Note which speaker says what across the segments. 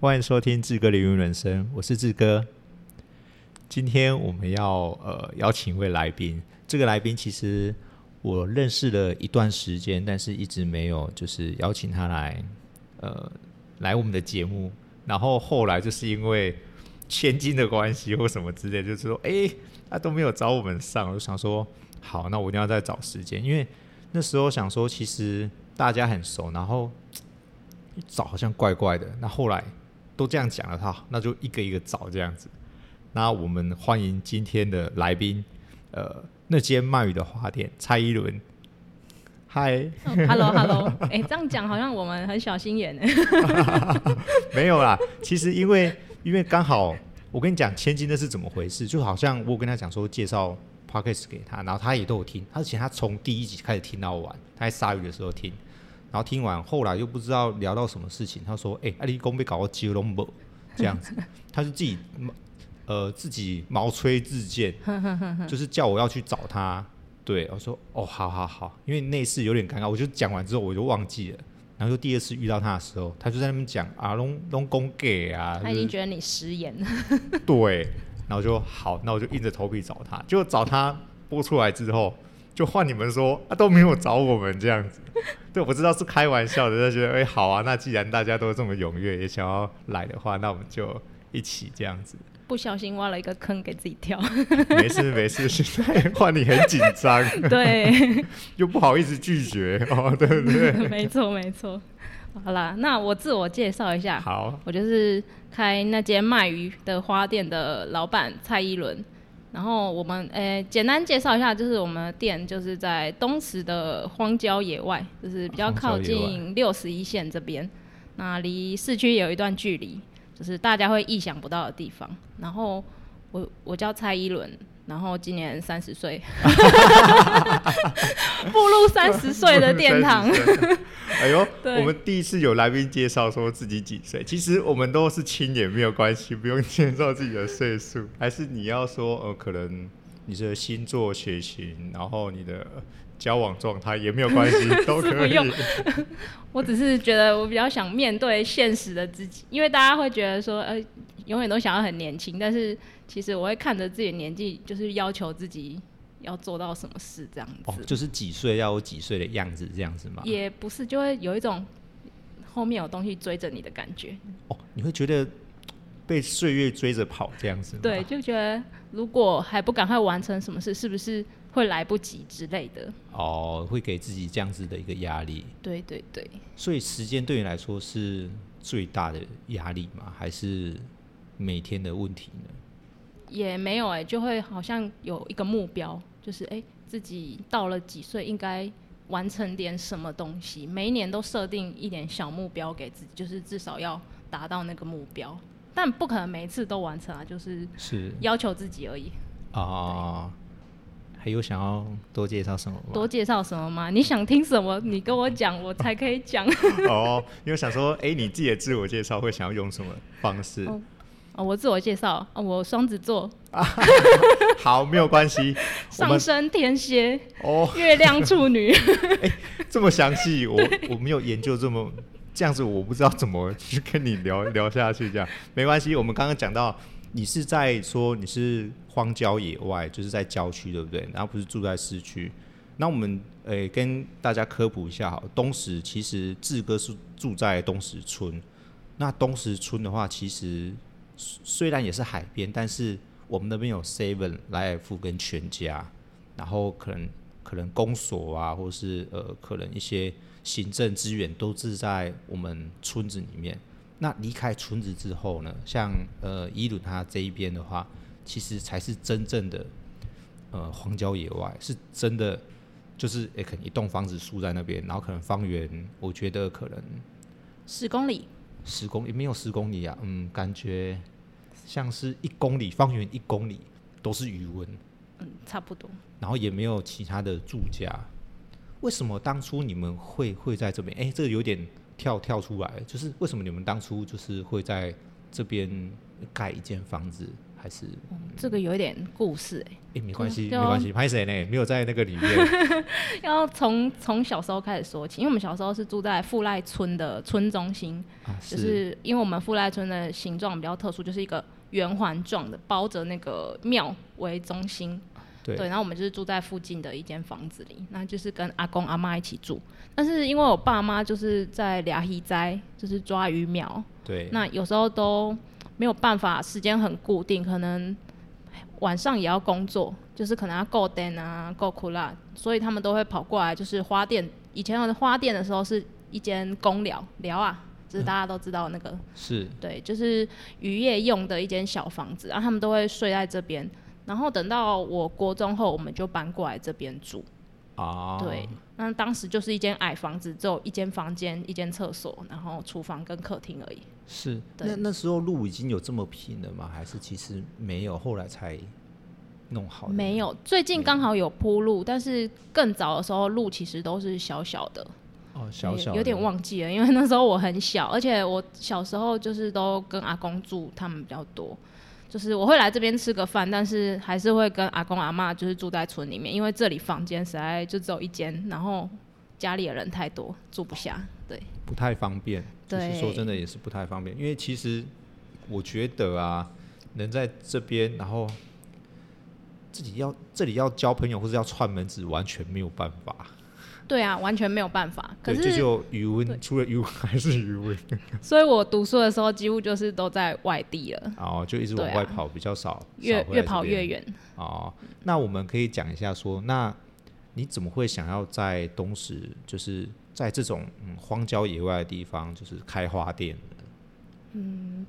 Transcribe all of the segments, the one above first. Speaker 1: 欢迎收听志哥的云人生，我是志哥。今天我们要呃邀请一位来宾，这个来宾其实我认识了一段时间，但是一直没有就是邀请他来呃来我们的节目。然后后来就是因为千金的关系或什么之类，就是说哎他都没有找我们上，我就想说好，那我一定要再找时间，因为那时候想说其实大家很熟，然后找好像怪怪的。那后来都这样讲了他，那就一个一个找这样子。那我们欢迎今天的来宾，呃，那间鳗鱼的花店蔡依伦。嗨，
Speaker 2: Hello Hello，哎、这样讲好像我们很小心眼呢。
Speaker 1: 没有啦。 其实因为因为刚好，我跟你讲千金那是怎么回事，就好像我有跟他讲说介绍 podcast 给他，然后他也都有听，而且他从第一集开始听到完，他在鲨鱼的时候听，然后听完后来又不知道聊到什么事情，他说：“哎、阿里公被搞到鸡龙不？”这样子， 他就自己呃自己毛吹自荐，就是叫我要去找他。对，我说哦，好好好，因为那次有点尴尬，我就讲完之后我就忘记了。然后就第二次遇到他的时候，他就在那边讲啊，龙龙公给啊，
Speaker 2: 他已
Speaker 1: 就是
Speaker 2: 经觉得你食言 了，
Speaker 1: 对，然后就好，那我就硬着头皮找他，结果找他播出来之后，就换你们说啊都没有找我们这样子， 对，我知道是开玩笑的，但觉得哎、好啊，那既然大家都这么踊跃，也想要来的话，那我们就一起这样子，
Speaker 2: 不小心挖了一个坑给自己跳。
Speaker 1: 没事没事，现在换你很紧张，
Speaker 2: 对，
Speaker 1: 又不好意思拒绝哦，对不对？
Speaker 2: 没错没错。好啦，那我自我介绍一下，
Speaker 1: 好，
Speaker 2: 我就是开那间卖鱼的花店的老板蔡依伦。然后我们诶、简单介绍一下，就是我们的店就是在东石的荒郊野外，就是比较靠
Speaker 1: 荒郊。
Speaker 2: 近六十一线这边，那离市区有一段距离，就是大家会意想不到的地方。然后我我叫蔡依伦，然后今年三十岁，步入三十岁的殿堂
Speaker 1: 30岁。 哎呦，
Speaker 2: 对
Speaker 1: 我们第一次有来宾介绍说自己几岁，其实我们都是亲也没有关系，不用介绍自己的岁数。 还是你要说，呃，可能你的星座、血型，然后你的交往状态也没有关系，都
Speaker 2: 是不
Speaker 1: 可以。
Speaker 2: 用我只是觉得我比较想面对现实的自己，因为大家会觉得说，呃，永远都想要很年轻，但是其实我会看着自己的年纪，就是要求自己要做到什么事这样子，
Speaker 1: 哦，就是几岁要有几岁的样子，这样子嘛。
Speaker 2: 也不是就会有一种后面有东西追着你的感觉，
Speaker 1: 哦，你会觉得被岁月追着跑这样子吗
Speaker 2: 对，就觉得如果还不赶快完成什么事，是不是会来不及之类的？
Speaker 1: 哦，会给自己这样子的一个压力。
Speaker 2: 对对对，
Speaker 1: 所以时间对你来说是最大的压力吗？还是每天的问题呢？
Speaker 2: 也没有哎、就会好像有一个目标，就是哎、自己到了几岁应该完成点什么东西，每一年都设定一点小目标给自己，就是至少要达到那个目标，但不可能每一次都完成啊，就是
Speaker 1: 是
Speaker 2: 要求自己而已。
Speaker 1: 啊、还有想要多介绍什么吗？
Speaker 2: 多介绍什么吗？你想听什么，你跟我讲，我才可以讲。
Speaker 1: 哦，因为想说，哎、你自己的自我介绍会想要用什么方式？
Speaker 2: 哦哦，我自我介绍，哦、我双子座，
Speaker 1: 好，没有关系，我
Speaker 2: 上
Speaker 1: 们
Speaker 2: 升天蝎，
Speaker 1: 哦
Speaker 2: 月亮处女。
Speaker 1: 这么详细，我我没有研究这么这样子，我不知道怎么去跟你聊聊下去。这样没关系，我们刚刚讲到你是在说你是荒郊野外，就是在郊区，对不对？然后不是住在市区。那我们诶、跟大家科普一下好了，东石其实志哥是住在东石村。那东石村的话，其实虽虽然也是海边，但是我们那边有 Seven、莱尔富跟全家，然后可能可能公所啊，或是呃，可能一些行政资源都是在我们村子里面。那离开村子之后呢，像呃伊鲁他这一边的话，其实才是真正的呃荒郊野外，是真的呃就是诶、可能一栋房子竖在那边，然后可能方圆我觉得可能
Speaker 2: 十公里，
Speaker 1: 十公里没有十公里啊，嗯，感觉像是一公里方圆一公里都是余温，
Speaker 2: 嗯，差不多。
Speaker 1: 然后也没有其他的住家。为什么当初你们会会在这边？哎、这个有点跳跳出来，就是为什么你们当初就是会在这边盖一间房子，还
Speaker 3: 还是
Speaker 2: 哦这个有一点故事哎、
Speaker 1: 哎、没关系，
Speaker 2: 对
Speaker 1: 没
Speaker 2: 啊
Speaker 1: 关系，拍谁呢？没有在那个里 面。
Speaker 2: 要从从小时候开始说起，因为我们小时候是住在富赖村的村中心，
Speaker 3: 啊
Speaker 2: 就是因为我们富赖村的形状比较特殊，就是一个圆环状的，包着那个庙为中心。
Speaker 3: 对
Speaker 2: 然后我们就是住在附近的一间房子里，那就是跟阿公阿妈一起住。但是因为我爸妈就是在俩鱼斋，就是抓鱼苗，
Speaker 1: 对，
Speaker 2: 那有时候都没有办法，时间很固定，可能晚上也要工作，就是可能要够灯啊，够苦辣，所以他们都会跑过来，就是花店。以前我的花店的时候是一间公寮寮啊，就是大家都知道那个，
Speaker 3: 是
Speaker 2: 对，就是渔业用的一间小房子，啊然、后他们都会睡在这边。然后等到我国中后，我们就搬过来这边住。
Speaker 1: 啊，
Speaker 2: 对，那当时就是一间矮房子，只有一间房间、一间厕所，然后厨房跟客厅而已。
Speaker 3: 是。
Speaker 2: 对
Speaker 3: 那那时候路已经有这么平了吗？还是其实没有，后来才弄好的？
Speaker 2: 没有，最近刚好有铺路，但是更早的时候路其实都是小小的，
Speaker 3: 哦，小小
Speaker 2: 有有点
Speaker 3: 的
Speaker 2: 忘记了，因为那时候我很小，而且我小时候就是都跟阿公住，他们比较多。就是我会来这边吃个饭，但是还是会跟阿公阿妈就是住在村里面，因为这里房间实在就只有一间，然后家里的人太多，住不下。对，
Speaker 3: 不太方便。就是说
Speaker 2: 对
Speaker 3: 真的也是不太方便，因为其实我觉得啊，能在这边，然后自己要这里要交朋友或者要串门子，完全没有办法。
Speaker 2: 对啊，完全没有办法。可
Speaker 1: 对，
Speaker 2: 是啊
Speaker 1: 这就余温，除了余温还是余温，
Speaker 2: 所以我读书的时候几乎就是都在外地了，
Speaker 1: 然后哦就一直往
Speaker 2: 对啊
Speaker 1: 外跑，比较少，
Speaker 2: 越
Speaker 1: 少回来
Speaker 2: 越
Speaker 1: 这
Speaker 2: 跑
Speaker 1: 边
Speaker 2: 越远。
Speaker 1: 哦，那我们可以讲一下说，那你怎么会想要在东石，就是在这种嗯荒郊野外的地方，就是开花店？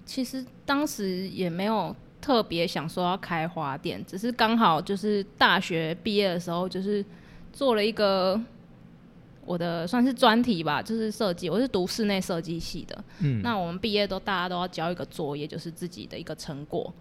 Speaker 2: 其实当时也没有特别想说要开花店，只是刚好就是大学毕业的时候，就是做了一个我的算是专题吧，就是设计。我是读室内设计系的，嗯，那我们毕业都大家都要交一个作业，就是自己的一个成果。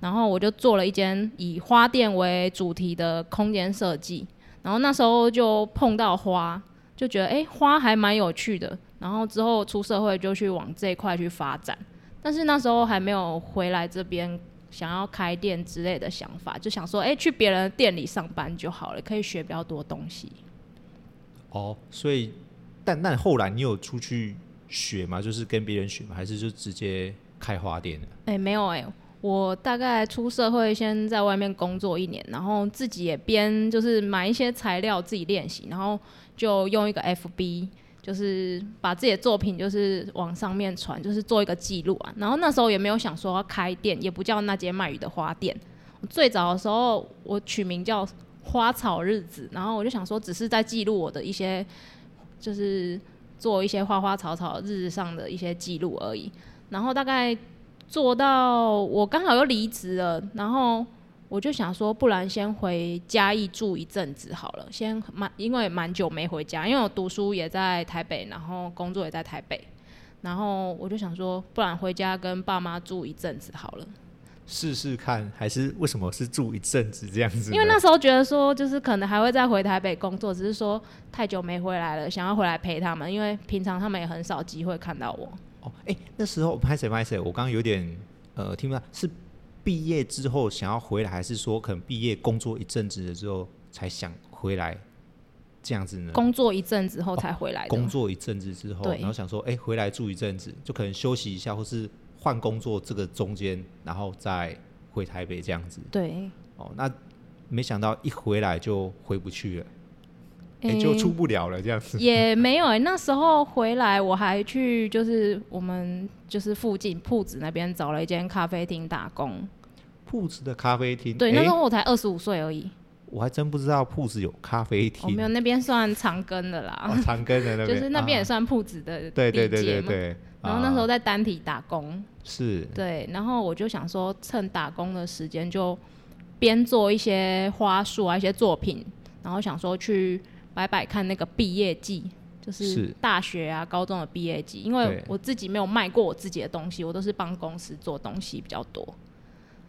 Speaker 2: 然后我就做了一间以花店为主题的空间设计，然后那时候就碰到花，就觉得诶花还蛮有趣的。然后之后出社会就去往这一块去发展。但是那时候还没有回来这边想要开店之类的想法，就想说，哎、去别人的店里上班就好了，可以学比较多东西。
Speaker 1: 哦，所以但那后来你有出去学吗？就是跟别人学吗？还是就直接开花店的？
Speaker 2: 哎、没有哎、我大概出社会先在外面工作一年，然后自己也边就是买一些材料自己练习，然后就用一个 FB。就是把自己的作品就是往上面传，就是做一个记录啊。然后那时候也没有想说要开店，也不叫那间卖鱼的花店。我最早的时候我取名叫花草日子，然后我就想说只是在记录我的一些，就是做一些花花草草日子上的一些记录而已。然后大概做到我刚好又离职了，然后我就想说，不然先回嘉义住一阵子好了，先蛮因为蛮久没回家，因为我读书也在台北，然后工作也在台北，然后我就想说，不然回家跟爸妈住一阵子好了，
Speaker 1: 试试看，还是为什么是住一阵子这样子呢？
Speaker 2: 因为那时候觉得说，就是可能还会再回台北工作，只是说太久没回来了，想要回来陪他们，因为平常他们也很少机会看到我。
Speaker 1: 哦，哎、那时候拍谁拍谁，我刚刚有点呃听不到，是毕业之后想要回来，还是说可能毕业工作一阵子了之后才想回来这样子呢？
Speaker 2: 工作一阵子后才回来的，
Speaker 1: 嗯哦工作一阵子之后，
Speaker 2: 对
Speaker 1: 然后想说，哎、回来住一阵子，就可能休息一下，或是换工作这个中间，然后再回台北这样子。
Speaker 2: 对，
Speaker 1: 哦，那没想到一回来就回不去了，哎、就
Speaker 2: 诶
Speaker 1: 出不了了这样子。
Speaker 2: 也没有哎、那时候回来我还去就是我们就是附近铺子那边找了一间咖啡厅打工。
Speaker 1: 铺子的咖啡厅，
Speaker 2: 对，
Speaker 1: 哎
Speaker 2: 那时候我才二十五岁而已，
Speaker 1: 我还真不知道铺子有咖啡
Speaker 2: 我、
Speaker 1: 厅
Speaker 2: 哦没有，那边算长庚的啦，
Speaker 1: 哦长庚的那边，
Speaker 2: 就是那
Speaker 1: 啊
Speaker 2: 边也算铺子的
Speaker 1: 对对
Speaker 2: 地
Speaker 1: 对对
Speaker 2: 界嘛
Speaker 1: 对。
Speaker 2: 然后那时候
Speaker 1: 啊
Speaker 2: 在单体打工，
Speaker 1: 是
Speaker 2: 对，然后我就想说，趁打工的时间就边做一些花束啊、一些作品，然后想说去摆摆看那个毕业季，就是
Speaker 3: 是
Speaker 2: 大学啊、高中的毕业季，因
Speaker 3: 对
Speaker 2: 为我自己没有卖过我自己的东西，我都是帮公司做东西比较多。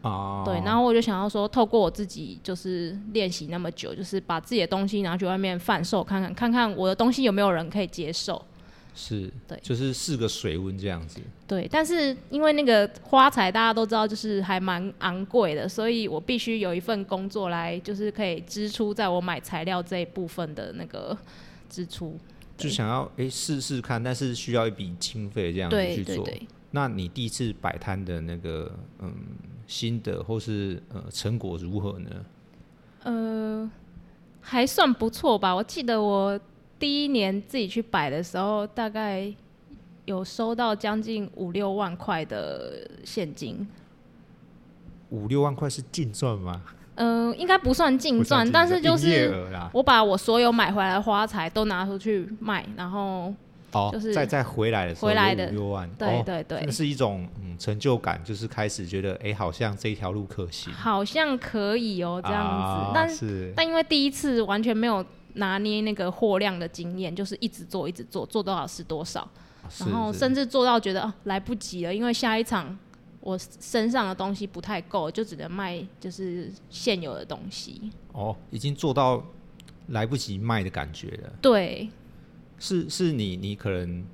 Speaker 1: 啊，
Speaker 2: 对，然后我就想要说，透过我自己就是练习那么久，就是把自己的东西拿去外面贩售看看，看看我的东西有没有人可以接受。
Speaker 1: 是，
Speaker 2: 对
Speaker 1: 就是四个水温这样子，
Speaker 2: 对，但是因为那个花材大家都知道，就是还蛮昂贵的，所以我必须有一份工作来，就是可以支出在我买材料这一部分的那个支出。
Speaker 1: 就想要哎试试看，但是需要一笔经费这样子
Speaker 2: 对
Speaker 1: 去
Speaker 2: 对
Speaker 1: 做。
Speaker 2: 对，
Speaker 1: 那你第一次摆摊的那个嗯心得或是呃成果如何呢？
Speaker 2: 呃，还算不错吧。我记得我第一年自己去摆的时候，大概有收到将近五六万块的现金。
Speaker 1: 五六万块是净赚吗？
Speaker 2: 嗯、应该不算净
Speaker 4: 不算
Speaker 2: 赚，
Speaker 4: 净
Speaker 2: 但是就
Speaker 4: 营业
Speaker 2: 是
Speaker 4: 额啦，
Speaker 2: 我把我所有买回来的花材都拿出去卖，然后
Speaker 1: 哦，
Speaker 2: 就是
Speaker 1: 再再回来的时候
Speaker 2: 回来
Speaker 1: 有
Speaker 2: 的
Speaker 1: 五六万，
Speaker 2: 对
Speaker 1: 哦
Speaker 2: 对对
Speaker 1: 真的是一种嗯成就感，就是开始觉得哎、诶好像这一条路可行，
Speaker 2: 好像可以哦、这样子，
Speaker 1: 啊
Speaker 2: 但
Speaker 1: 是
Speaker 2: 但因为第一次完全没有拿捏那个货量的经验，就是一直做一直做，做多少是多少，然后
Speaker 1: 是
Speaker 2: 甚至做到觉得哦、来不及了，因为下一场我身上的东西不太够，就只能卖就是现有的东西。
Speaker 1: 哦，已经做到来不及卖的感觉了。
Speaker 2: 对，
Speaker 1: 是是你你可能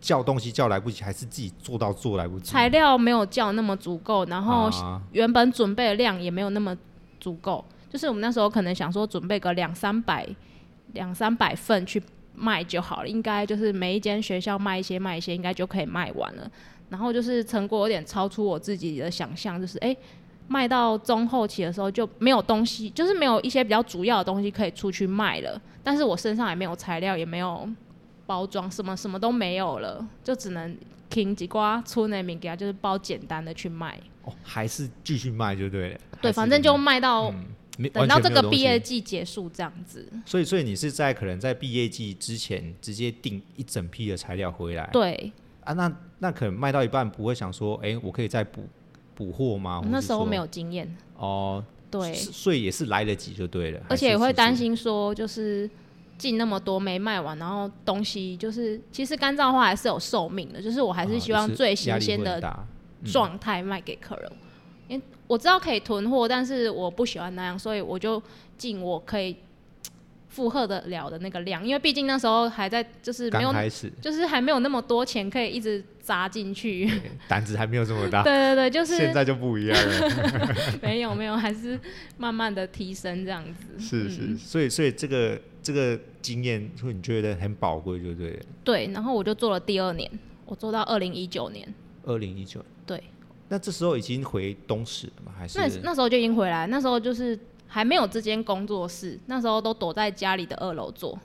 Speaker 1: 叫东西叫来不及，还是自己做到做来不及？
Speaker 2: 材料没有叫那么足够，然后
Speaker 1: 啊
Speaker 2: 原本准备的量也没有那么足够，就是我们那时候可能想说准备个两三百、两三百份去卖就好了，应该就是每一间学校卖一些卖一些，应该就可以卖完了。然后就是成果有点超出我自己的想象，就是诶卖到中后期的时候就没有东西，就是没有一些比较主要的东西可以出去卖了。但是我身上也没有材料，也没有包装，什么什么都没有了，就只能听几瓜出那名给他，就是包简单的去卖。
Speaker 1: 哦，还是继续卖就对了。还
Speaker 2: 对，
Speaker 1: 是
Speaker 2: 反正就卖到、
Speaker 1: 没
Speaker 2: 等到
Speaker 1: 嗯完
Speaker 2: 这
Speaker 1: 全没有
Speaker 2: 个
Speaker 1: 东
Speaker 2: 毕
Speaker 1: 西
Speaker 2: 业季结束这样子。
Speaker 1: 所以所以你是在可能在毕业季之前直接订一整批的材料回来。
Speaker 2: 对，
Speaker 1: 啊，那那可能卖到一半不会想说，哎、我可以再补补货吗？
Speaker 2: 哦那时候没
Speaker 1: 有
Speaker 2: 有经验，
Speaker 1: 哦，
Speaker 2: 对，
Speaker 1: 是所以也是来得及就对了，还
Speaker 2: 而且
Speaker 1: 是
Speaker 2: 也会
Speaker 1: 是
Speaker 2: 担
Speaker 1: 是
Speaker 2: 心说就是。进那么多没卖完，然后东西就是，其实干燥花还是有寿命的，就是我还
Speaker 1: 啊
Speaker 2: 是希
Speaker 1: 就
Speaker 2: 望最
Speaker 1: 压
Speaker 2: 新
Speaker 1: 力
Speaker 2: 鲜
Speaker 1: 会很
Speaker 2: 的
Speaker 1: 大嗯
Speaker 2: 状态卖给客人。因为我知道可以囤货，但是我不喜欢那样，所以我就尽我可以负荷得了的那个量，因为毕竟那时候还在就是没
Speaker 1: 刚
Speaker 2: 有，
Speaker 1: 开始
Speaker 2: 就是还没有那么多钱可以一直砸进去。
Speaker 1: 对胆子还没有这么大，
Speaker 2: 对对对，就
Speaker 4: 现
Speaker 2: 是
Speaker 4: 在就不一样了。
Speaker 2: 没有没有，还是慢慢的提升这样子。
Speaker 4: 是是，
Speaker 1: 所以所以这个这个经验会你觉得很宝贵，就对了。
Speaker 2: 对，然后我就做了第二年，我做到二零一九年。
Speaker 1: 二零一九，
Speaker 2: 对，
Speaker 1: 那这时候已经回东石了吗？还是
Speaker 2: 那那时候就已经回来，那时候就是还没有这间工作室，那时候都躲在家里的二楼做。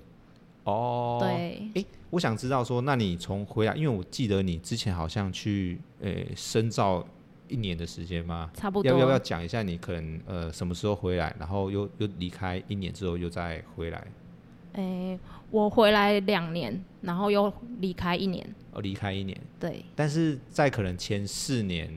Speaker 1: 哦？
Speaker 2: 对，
Speaker 1: 哎、我想知道说，那你从回来，因为我记得你之前好像去呃深造一年的时间吗？
Speaker 2: 差不多。
Speaker 1: 要不要不要讲一下你可能呃什么时候回来，然后又又离开一年之后又再回来，
Speaker 2: 诶、我回来两年，然后又离开一年。
Speaker 1: 呃离开一年，
Speaker 2: 对，
Speaker 1: 但是在可能前四年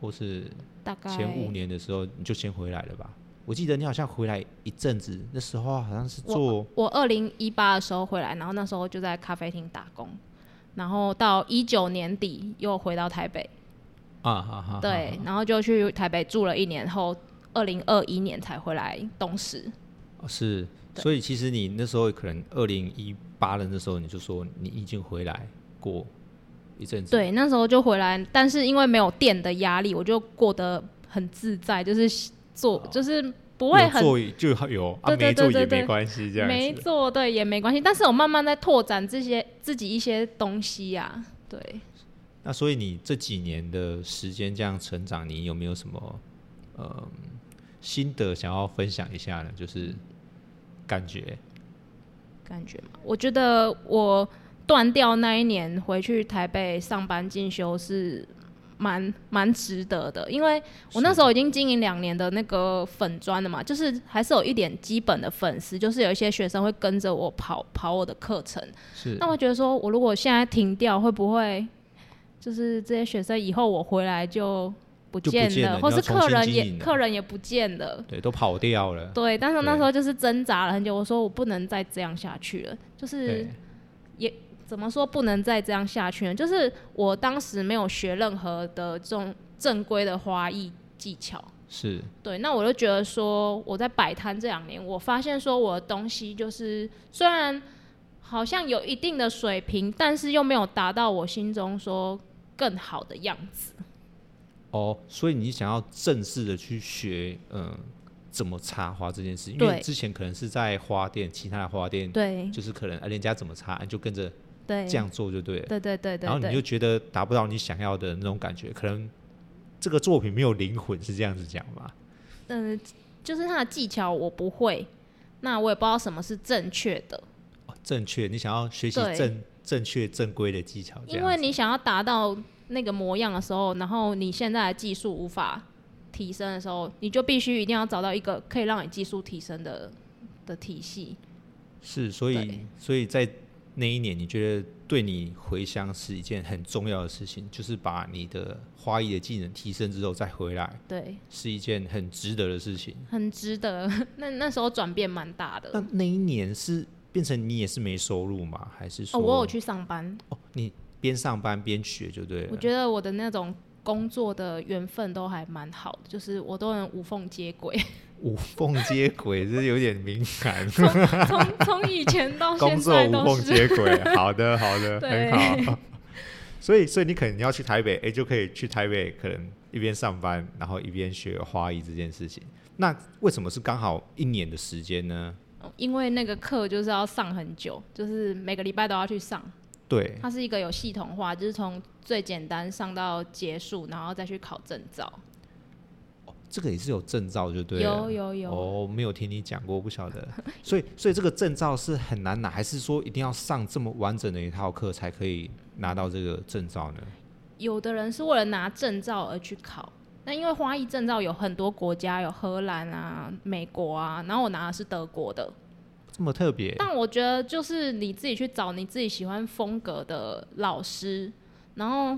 Speaker 1: 或是
Speaker 2: 大概
Speaker 1: 前五年的时候你就先回来了吧？我记得你好像回来一阵子，那时候好像是做
Speaker 2: 我二零一八的时候回来，然后那时候就在咖啡厅打工，然后到一九年底又回到台北，
Speaker 1: 啊哈哈，
Speaker 2: 对，然后就去台北住了一年后，二零二一年才回来东石。
Speaker 1: 哦是，
Speaker 2: 对
Speaker 1: 所以其实你那时候可能二零一八的那时候你就说你已经回来过一阵子，，
Speaker 2: 对，那时候就回来，但是因为没有店的压力，我就过得很自在，就是做就是不会很
Speaker 4: 啊有做就有啊，
Speaker 2: 对对
Speaker 4: 没做
Speaker 2: 对
Speaker 4: 也
Speaker 2: 对
Speaker 4: 没
Speaker 2: 对
Speaker 4: 关系，这样
Speaker 2: 没
Speaker 4: 子。
Speaker 2: 做对也没关系，但是我慢慢在拓展这些自己一些东西啊，对，
Speaker 1: 那所以你这几年的时间这样成长，你有没有什么呃心得想要分享一下呢？就是感觉
Speaker 2: 感觉嘛，我觉得我断掉那一年回去台北上班进修是蛮蛮值得的，因为我那时候已经经营两年的那个粉砖了嘛，就是还是有一点基本的粉丝，就是有一些学生会跟着我跑跑我的课程，
Speaker 1: 是
Speaker 2: 那我觉得说，我如果现在停掉，会不会就是这些学生以后我回来就不
Speaker 1: 就不
Speaker 2: 见了，
Speaker 1: 见了
Speaker 2: 或
Speaker 1: 你
Speaker 2: 是
Speaker 1: 要重
Speaker 2: 客
Speaker 1: 新
Speaker 2: 人
Speaker 1: 经
Speaker 2: 也
Speaker 1: 营了
Speaker 2: 客人也不见了？
Speaker 1: 对，都跑掉了，
Speaker 2: 对，但是那
Speaker 1: 啊对
Speaker 2: 时候就是挣扎了很久，我说我不能再这样下去了，就是
Speaker 1: 对，
Speaker 2: 怎么说不能再这样下去呢？就是我当时没有学任何的这种正规的花艺技巧，
Speaker 1: 是
Speaker 2: 对，那我就觉得说，我在摆摊这两年，我发现说我的东西就是虽然好像有一定的水平，但是又没有达到我心中说更好的样子。
Speaker 1: 哦，所以你想要正式的去学，嗯，怎么插花这件事，因为
Speaker 2: 对
Speaker 1: 之前可能是在花店，其他的花店，
Speaker 2: 对
Speaker 1: 就是可能啊人家怎么插，你就跟着
Speaker 2: 对，
Speaker 1: 这样做就对了。
Speaker 2: 对对对对
Speaker 1: 然后你就
Speaker 2: 对，
Speaker 1: 觉得达不到你想要的那种感觉，可能这个作品没有灵魂，是这样子讲吧？
Speaker 2: 嗯、就是他的技巧我不会，那我也不知道什么是正确的，
Speaker 1: 哦正确，你想要学习
Speaker 2: 对
Speaker 1: 正正确正规的技巧，这
Speaker 2: 因
Speaker 1: 样
Speaker 2: 为
Speaker 1: 子
Speaker 2: 你想要达到那个模样的时候，然后你现在的技术无法提升的时候，你就必须一定要找到一个可以让你技术提升的的体系。
Speaker 1: 是，所以
Speaker 2: 对
Speaker 1: 所以在那一年，你觉得对你回乡是一件很重要的事情，就是把你的花艺的技能提升之后再回来，
Speaker 2: 对，
Speaker 1: 是一件很值得的事情。
Speaker 2: 很值得。 那那时候转变蛮大的
Speaker 1: 那。那一年是变成你也是没收入吗？还是说
Speaker 2: 哦，我有去上班，
Speaker 1: 哦你边上班边学就对了。啊
Speaker 2: 我觉得我的那种工作的缘分都还蛮好的，就是我都能无缝接轨，
Speaker 1: 无缝接轨，这有点敏感。
Speaker 2: 从从以前 到
Speaker 5: 工
Speaker 2: 现
Speaker 5: 作
Speaker 2: 在
Speaker 5: 无
Speaker 2: 都
Speaker 5: 缝
Speaker 2: 是。
Speaker 5: 接轨，好的，好的，
Speaker 2: 对
Speaker 5: 很 好。所以，所以你可能要去台北，哎、就可以去台北，可能一边上班，然后一边学花艺这件事情。
Speaker 1: 那为什么是刚好一年的时间呢？
Speaker 2: 因为那个课就是要上很久，就是每个礼拜都要去上。
Speaker 1: 对，
Speaker 2: 它是一个有系统化，就是从最简单上到结束，然后再去考证照。
Speaker 1: 这个也是有证照就对了。
Speaker 2: 有有有，
Speaker 1: 哦，没有听你讲过，不晓 得。所以，所以这个证照是很难拿，还是说一定要上这么完整的一套课才可以拿到这个证照呢？
Speaker 2: 有的人是为了拿证照而去考。那因为花艺证照有很多国家，有荷兰啊、美国啊，然后我拿的是德国的。
Speaker 1: 这么特别？
Speaker 2: 但我觉得就是你自己去找你自己喜欢风格的老师，然后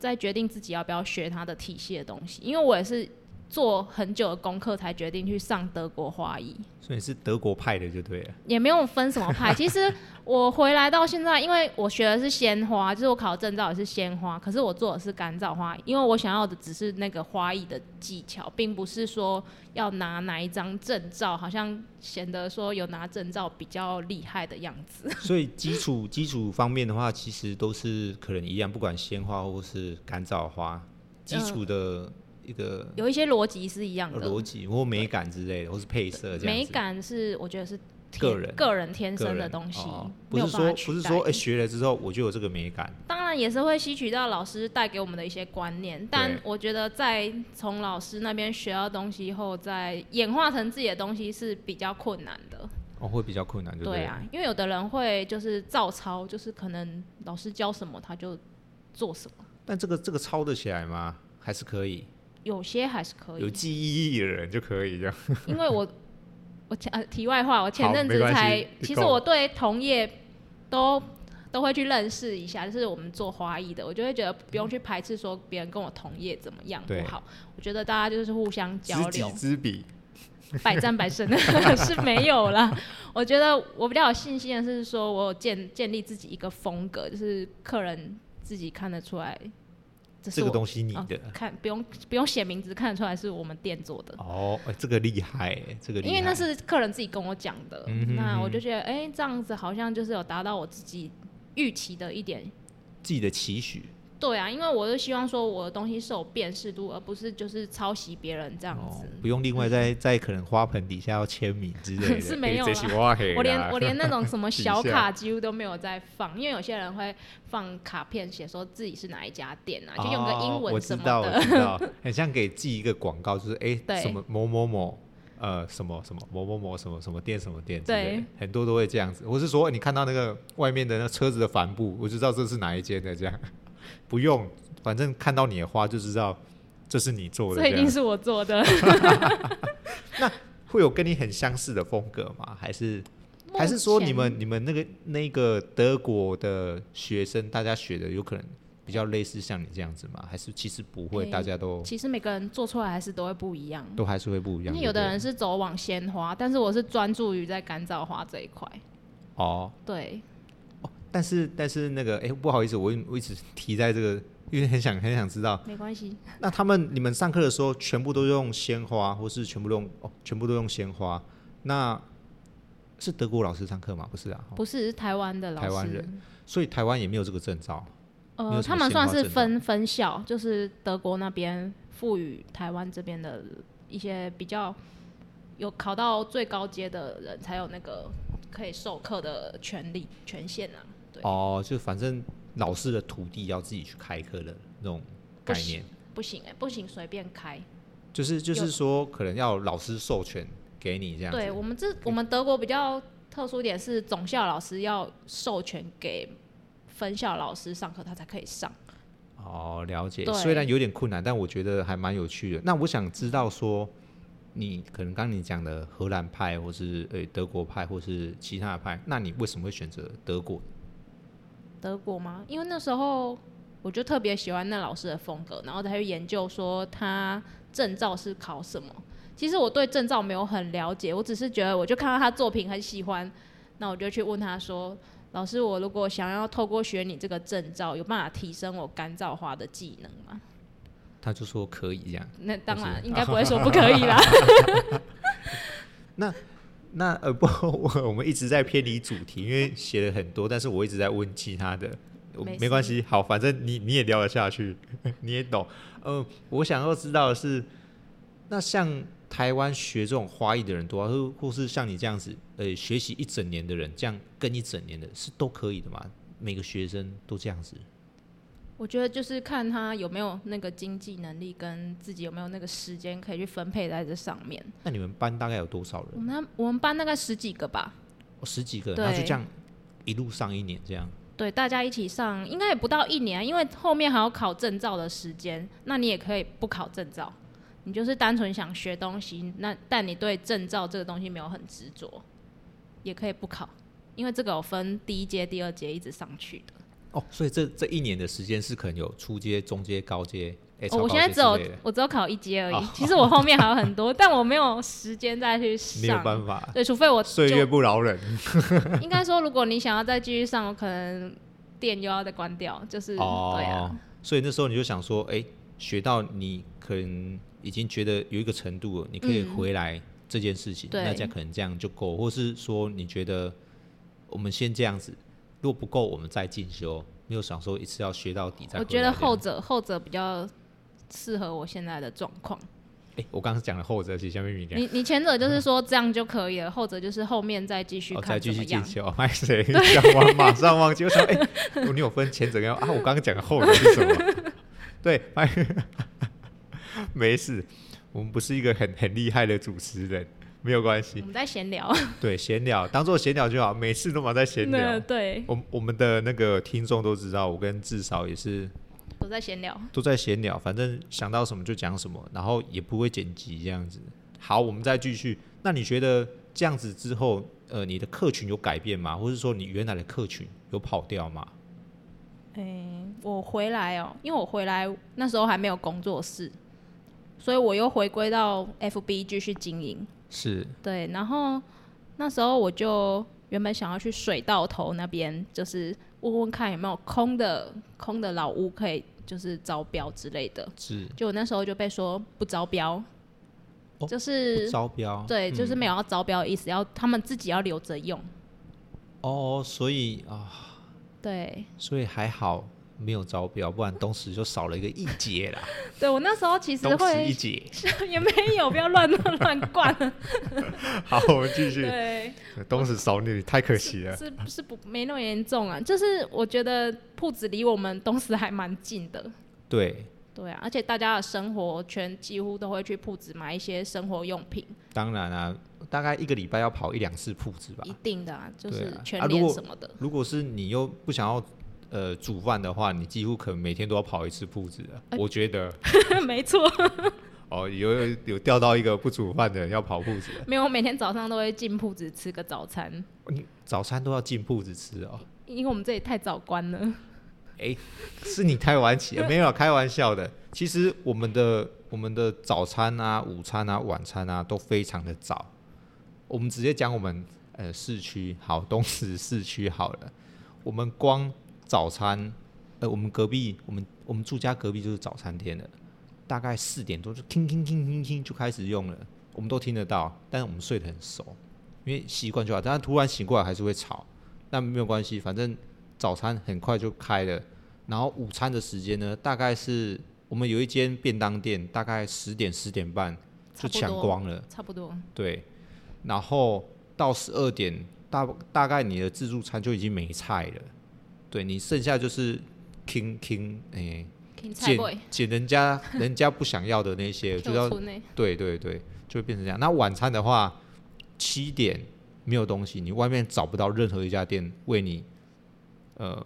Speaker 2: 再决定自己要不要学他的体系的东西。因为我也是做很久的功课才决定去上德国花艺。
Speaker 1: 所以你是德国派的就 对了。
Speaker 2: 也没有分什么派。其实我回来到现在，因为我学的是鲜花，就是我考的证照也是鲜花，可是我做的是干燥花，因为我想要的只是那个花艺的技巧，并不是说要拿哪一张证照，好像显得说有拿证照比较厉害的样子。
Speaker 1: 所以基础基础方面的话，其实都是可能一样，不管鲜花或是干燥花，基础的一个
Speaker 2: 呃有一些逻辑是一样
Speaker 1: 逻
Speaker 2: 的，
Speaker 1: 辑或美感之类的，或是配色这样
Speaker 2: 美
Speaker 1: 子。
Speaker 2: 感是我觉得是天
Speaker 1: 个人
Speaker 2: 个人天
Speaker 1: 个
Speaker 2: 生的
Speaker 1: 人
Speaker 2: 东西，
Speaker 1: 哦不
Speaker 2: 没有
Speaker 1: 是
Speaker 2: 办法
Speaker 1: 说
Speaker 2: 取
Speaker 1: 不是
Speaker 2: 代
Speaker 1: 说哎、
Speaker 2: 的
Speaker 1: 学了之后我就有这个美感，
Speaker 2: 当然也是会吸取到老师带给我们的一些观念，但我觉得在从老师那边学到东西后，再演化成自己的东西是比较困难的。
Speaker 1: 哦会比较困难，对不
Speaker 2: 对
Speaker 1: 对？
Speaker 2: 啊，因为有的人会就是照抄，就是可能老师教什么他就做什么，
Speaker 1: 但这个这个抄得起来吗？还是可以，
Speaker 2: 有些还是可
Speaker 5: 有
Speaker 2: 以。
Speaker 5: 记忆力的人就可以这样。
Speaker 2: 因 为我我前呃题外话，我前
Speaker 5: 好
Speaker 2: 阵
Speaker 5: 没
Speaker 2: 子
Speaker 5: 关系
Speaker 2: 才
Speaker 5: 你
Speaker 2: 其实
Speaker 5: 够
Speaker 2: 我对同业都都会去认识一下，就是我们做花艺的，我就会觉得不用去排斥说别人跟我同业怎么样
Speaker 1: 对
Speaker 2: 不好，我觉得大家就是互相 交
Speaker 5: 知己
Speaker 2: 流，
Speaker 5: 知彼，
Speaker 2: 百战百胜 是没有啦。我觉得我比较有信心的是说，我有建建立自己一个风格，就是客人自己看得出来，这是
Speaker 1: 这
Speaker 2: 我
Speaker 1: 个东西你的
Speaker 2: 哦看不用不用写名字看得出来是我们店做的。
Speaker 1: 哦，哎、这个厉害、这个厉害，
Speaker 2: 因为那是客人自己跟我讲的，
Speaker 1: 嗯哼
Speaker 2: 那
Speaker 1: 嗯
Speaker 2: 我
Speaker 1: 哼
Speaker 2: 就觉得，哎、这样子好像就是有达到我自己预期的一点。
Speaker 1: 自己的期许
Speaker 2: 对啊，因为我就希望说我的东西是有辨识度，而不是就是抄袭别人这样
Speaker 1: 哦
Speaker 2: 子。，
Speaker 1: 不用另外在在可能花盆底下要签名之类的，
Speaker 2: 是没有
Speaker 5: 这
Speaker 2: 啦
Speaker 5: 是我
Speaker 1: 啊
Speaker 5: 黑
Speaker 2: 我连我连那种 什么
Speaker 5: 底
Speaker 2: 小
Speaker 5: 下
Speaker 2: 卡几乎都没有在放，因为有些人会放卡片写说自己是哪一家店啊，就用个英
Speaker 1: 哦我
Speaker 2: 文
Speaker 1: 知
Speaker 2: 什么
Speaker 1: 道，
Speaker 2: 的。
Speaker 1: 我知 道，很像给寄一个广告，就是哎、
Speaker 2: 对
Speaker 1: 什么某某某。呃，什么什么某某某什么什么店什么店之类的
Speaker 2: 对，
Speaker 1: 很多都会这样子。我是说，你看到那个外面的那车子的帆布，我就知道这是哪一间的，这样不用，反正看到你的花就知道这是你做的。
Speaker 2: 这
Speaker 1: 这
Speaker 2: 一
Speaker 1: 样
Speaker 2: 定是我做的。
Speaker 1: 会有跟你很相似的风格吗？还是 还是说你们你们那个那个德国的学生，大家学的有可能比较类似像你这样子吗？还是其实不会，
Speaker 2: 诶
Speaker 1: 大家都
Speaker 2: 其实每个人做出来还是都会不一样。
Speaker 1: 都还是会不一样。
Speaker 2: 因为有的
Speaker 1: 对
Speaker 2: 人是走往鲜花，但是我是专注于在干燥花这一块。
Speaker 1: 不对哦，
Speaker 2: 对，
Speaker 1: 但是但是那个哎、诶不好意思，我一我一直提在这个，因为很想很想知道，
Speaker 2: 没关系。
Speaker 1: 那他们你们上课的时候全部都用鲜花，或是全部都用哦，全部都用鲜花，那是德国老师上课吗？不是啊，
Speaker 2: 不是是台湾的老师，
Speaker 1: 台湾人所以台湾也没有这个证照。没有
Speaker 2: 呃，
Speaker 1: 什么
Speaker 2: 他们算是
Speaker 1: 鲜花
Speaker 2: 分分校，就是德国那边赋予台湾这边的一些比较有考到最高阶的人才有那个可以授课的权利权限啊。对，
Speaker 1: 哦，就反正老师的徒弟要自己去开课的那种概念，
Speaker 2: 不行哎、不行随便开。
Speaker 1: 就是就
Speaker 2: 有
Speaker 1: 是说可能要老师授权给你这样
Speaker 2: 对
Speaker 1: 子。
Speaker 2: 我们这我们德国比较特殊一点是总校老师要授权给分校老师上课，他才可以上。
Speaker 1: 哦，了解。
Speaker 2: 对
Speaker 1: 虽然有点困难，但我觉得还蛮有趣的。那我想知道说，你可能刚刚你讲的荷兰派，或是呃德国派，或是其他的派，那你为什么会选择德国？
Speaker 2: 德国吗？因为那时候我就特别喜欢那老师的风格，然后才去研究说他证照是考什么。其实我对证照没有很了解，我只是觉得我就看到他作品很喜欢，那我就去问他说：“老师，我如果想要透过学你这个证照，有办法提升我干燥花的技能吗
Speaker 1: 他就说可以这样。？”
Speaker 2: 那当
Speaker 1: 不是
Speaker 2: 然应该不会说不 可以啦。
Speaker 1: 那呃不， 我我们一直在偏离主题，因为写了很多，但是我一直在问其他的，我
Speaker 2: 没事
Speaker 1: 没关系，好，反正你你也聊得下去， 你也懂。呃，我想要知道的是，那像台湾学这种花艺的人多啊，或或是像你这样子，呃，学习一整年的人，这样跟一整年的是都可以的嘛？每个学生都这样子，
Speaker 2: 我觉得就是看他有没有那个经济能力，跟自己有没有那个时间可以去分配在这上面。
Speaker 1: 那你们班大概有多少人
Speaker 2: 我？们那我们班大概十几个吧，
Speaker 1: 哦十几个人，
Speaker 2: 对
Speaker 1: 然后就这样一路上一年这样。
Speaker 2: 对，大家一起上，应该也不到一年，啊因为后面还有考证照的时间，那你也可以不考证照，你就是单纯想学东西，那但你对证照这个东西没有很执着，也可以不考，因为这个有分第一阶、第二阶一直上去的。
Speaker 1: 哦，所以这这一年的时间是可能有初阶、中阶、高阶，哎、
Speaker 2: 哦、我
Speaker 1: 超
Speaker 2: 现
Speaker 1: 高
Speaker 2: 在
Speaker 1: 阶
Speaker 2: 只有
Speaker 1: 之类的哦
Speaker 2: 我只有考一阶而已，其实我后面还有很多，但我没有时间再去
Speaker 1: 没有
Speaker 2: 上。
Speaker 1: 办法，
Speaker 2: 对，除非我
Speaker 6: 岁月
Speaker 2: 就
Speaker 6: 不饶人，
Speaker 2: 应该说，如果你想要再继续上，我可能店又要再关掉，就是、
Speaker 1: 哦
Speaker 2: 对啊。
Speaker 1: 所以那时候你就想说，哎、学到你可能已经觉得有一个程度了，你可以
Speaker 2: 嗯
Speaker 1: 回来这件事情，
Speaker 2: 对
Speaker 1: 那这样可能这样就够，或是说你觉得我们先这样子，如果不够我们再进修，没有想说一次要学到底再回
Speaker 2: 我
Speaker 1: 来这
Speaker 2: 觉
Speaker 1: 样。
Speaker 2: 得后者后者比较适合我现在的状况。
Speaker 1: 哎、我刚刚讲了后者，其实下面你讲
Speaker 2: 你你前者就是说这样就可以了，后者就是后面再继续
Speaker 1: 哦，再
Speaker 2: 看
Speaker 1: 继
Speaker 2: 怎么
Speaker 1: 续
Speaker 2: 样
Speaker 1: 进。修，哦卖谁？讲完马 上忘记，我想，哎、 我你有分前者跟啊，我刚刚讲的后者是什么？ 对，哎，没事，我们不是一个很很厉害的主持人，没有关
Speaker 2: 我
Speaker 1: 系。
Speaker 2: 们在闲聊，
Speaker 1: 对，闲聊当做闲聊就好，每次都嘛在 闲
Speaker 2: 那
Speaker 1: 聊。
Speaker 2: 对，
Speaker 1: 我我们的那个听众都知道，我跟志少也是
Speaker 2: 都在闲聊。
Speaker 1: 都在闲聊，反正想到什么就讲什么，然后也不会剪辑这样子。好，我们再继续。那你觉得这样子之后，呃，你的客群有改变吗？或者说你原来的客群有跑掉吗？
Speaker 2: 哎、我回来哦、因为我回来那时候还没有工作室，所以我又回归到 FB 继续经营。
Speaker 1: 是
Speaker 2: 对，然后那时候我就原本想要去水稻头那边，就是问问看有没有空的空的老屋可以就是招标之类的。
Speaker 1: 是
Speaker 2: 就我那时候就被说不招标，
Speaker 1: 哦
Speaker 2: 就是
Speaker 1: 招标嗯
Speaker 2: 对，就是没有要招标的意思，要他们自己要留着用。
Speaker 1: 哦，所以啊，
Speaker 2: 对，
Speaker 1: 所以还好没有招标，不然当时就少了一个一节啦，
Speaker 2: 对我那时候 其实
Speaker 1: 当时一
Speaker 2: 会
Speaker 1: 节。
Speaker 2: 也没有，不要乱乱乱灌。啊
Speaker 6: 好，我们继续。
Speaker 2: 对，
Speaker 6: 东石少女太可惜了，
Speaker 2: 是是不没那么严重啊，就是我觉得铺子离我们东石还蛮近的。
Speaker 1: 对，
Speaker 2: 对啊，而且大家的生活圈几乎都会去铺子买一些生活用品，
Speaker 1: 当然啊，大概一个礼拜要跑一两次铺子吧
Speaker 2: 一。定的啊，就
Speaker 1: 对
Speaker 2: 是
Speaker 1: 啊啊
Speaker 2: 全
Speaker 1: 如
Speaker 2: 联
Speaker 1: 果
Speaker 2: 什么的。
Speaker 1: 如果是你又不想要呃煮饭的话，你几乎可能每天都要跑一次铺子的。我觉得
Speaker 2: 没错，
Speaker 1: 哦，有有有钓到一个不煮饭的人要跑铺子的，
Speaker 2: 没有，我每天早上都会进铺子吃个早餐，
Speaker 1: 你早餐都要进铺子吃哦。
Speaker 2: 因为我们这里太早关了。
Speaker 1: 是你太晚起，没有开玩笑的。其实我们的我们的早餐啊、午餐啊、晚餐啊都非常的早。我们直接讲我们呃市区好东石市区好了，我们光早餐，呃，我们隔壁我们我们住家隔壁就是早餐店了，大概四点多就听听听听听就开始用了，我们都听得到，但是我们睡得很熟。因为习惯就好。但是突然醒过来还是会吵，但没有关系，反正早餐很快就开了。然后午餐的时间呢，大概是我们有一间便当店，大概十点十点半 就
Speaker 2: 差不多
Speaker 1: 抢光了。
Speaker 2: 差不多。
Speaker 1: 对，然后到十二点大大概你的自助餐就已经没菜了，对你剩下就是 king king 哎、
Speaker 2: 芹菜
Speaker 1: 捡
Speaker 2: 贵，
Speaker 1: 捡人家 人家不想要的那些，就要
Speaker 2: 就村内
Speaker 1: 对对对，就会变成这样。那晚餐的话，七点没有东西，你外面找不到任何一家店为你，嗯、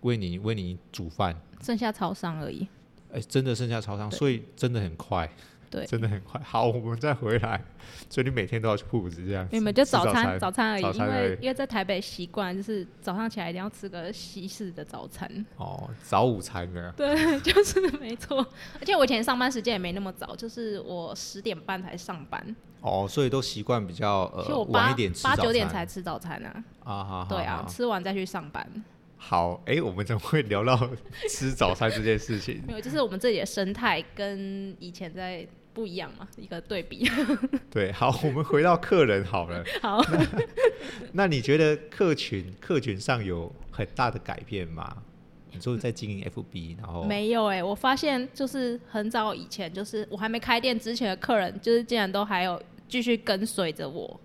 Speaker 1: 为你为你煮饭，
Speaker 2: 剩下超商而已。
Speaker 1: 哎、真的剩下超商，
Speaker 2: 对
Speaker 1: 所以真的很快，
Speaker 2: 对
Speaker 1: 真的很快。好，我们再回来，所以你每天都要去铺子这样子，
Speaker 2: 你们就
Speaker 1: 嗯吃
Speaker 2: 早
Speaker 1: 餐
Speaker 2: 餐早餐而已，
Speaker 1: 早餐
Speaker 2: 因
Speaker 1: 而已
Speaker 2: 为因为在台北习惯就是早上起来一定要吃个西式的早餐。
Speaker 1: 哦，早午餐的，
Speaker 2: 对，就是没错。而且我以前上班时间也没那么早，就是我十点半才上班，
Speaker 1: 哦，所以都习惯比较
Speaker 2: 其实
Speaker 1: 呃
Speaker 2: 我
Speaker 1: 晚
Speaker 2: 八
Speaker 1: 一点吃
Speaker 2: 八
Speaker 1: 早
Speaker 2: 九点
Speaker 1: 餐
Speaker 2: 才吃早餐啊。
Speaker 1: 啊，哈，
Speaker 2: 对啊
Speaker 1: 哈，哈
Speaker 2: 吃完再去上班。
Speaker 7: 好，哎、我们怎么会聊到吃早餐这件事 情？
Speaker 2: 没有，就是我们自己的生态跟以前在不一样嘛，一个对比。
Speaker 7: 对，好，我们回到客人好了。
Speaker 2: 好，
Speaker 7: 那你觉得客群客群上有很大的改变吗？你说在经营 FB，然
Speaker 1: 哦
Speaker 7: 后
Speaker 2: 没有哎、我发现就是很早以前，就是我还没开店之前的客人，就是竟然都还有继续跟随着我。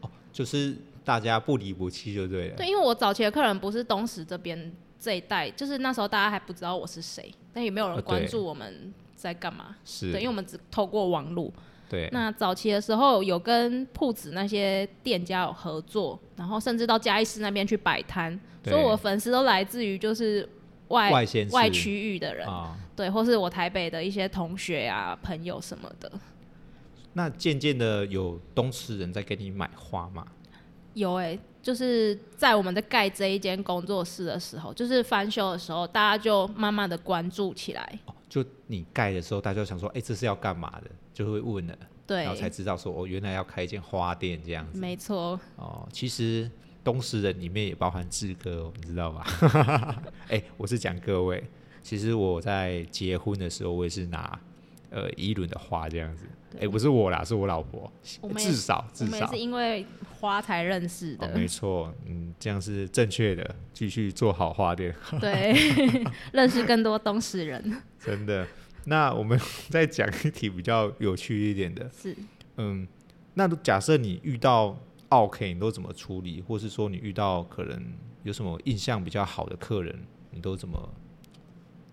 Speaker 1: 哦，就是大家不离不弃就对了。
Speaker 2: 对，因为我早期的客人不是东石这边这一代，就是那时候大家还不知道我是谁，但也没有
Speaker 1: 啊
Speaker 2: 人
Speaker 1: 对
Speaker 2: 关注我们在干嘛。
Speaker 1: 是，
Speaker 2: 对，因为我们只透过网络。
Speaker 1: 哦对，
Speaker 2: 那早期的时候有跟铺子那些店家有合作，然后甚至到嘉义市那边去摆摊，
Speaker 1: 对
Speaker 2: 所以我的粉丝都来自于就是外
Speaker 1: 外县市
Speaker 2: 区域的人，
Speaker 1: 啊，
Speaker 2: 对，或是我台北的一些同学啊、朋友什么的。
Speaker 1: 那渐渐的有东市人在给你买花嘛？
Speaker 2: 有哎、就是在我们在盖这一间工作室的时候，就是翻修的时候，大家就慢慢的关注起来。
Speaker 1: 哦，就你盖的时候，大家就想说，哎、这是要干嘛的？就会问了，
Speaker 2: 对
Speaker 1: 然，后才知道说，哦，原来要开一间花店这样子。
Speaker 2: 没错，
Speaker 1: 哦，其实东石人里面也包含志哥哦，你知道吧？ 哎、我是讲各位，其实我在结婚的时候，我也是拿呃一轮的花这样子。哎、不是我啦，是我老婆，
Speaker 2: 我们也
Speaker 1: 至少
Speaker 2: 我
Speaker 1: 至
Speaker 2: 们也
Speaker 1: 少
Speaker 2: 是因为花才认识的
Speaker 1: 哦，，没错，嗯，这样是正确的，继续做好花店，
Speaker 2: 对， 认识更多东石人
Speaker 1: 真的。那我们 再讲一题比较有趣一点的，
Speaker 2: 是。
Speaker 1: 嗯，那假设你遇到 OK，你都怎么处理，或是说你遇到可能有什么印象比较好的客人，你都怎么？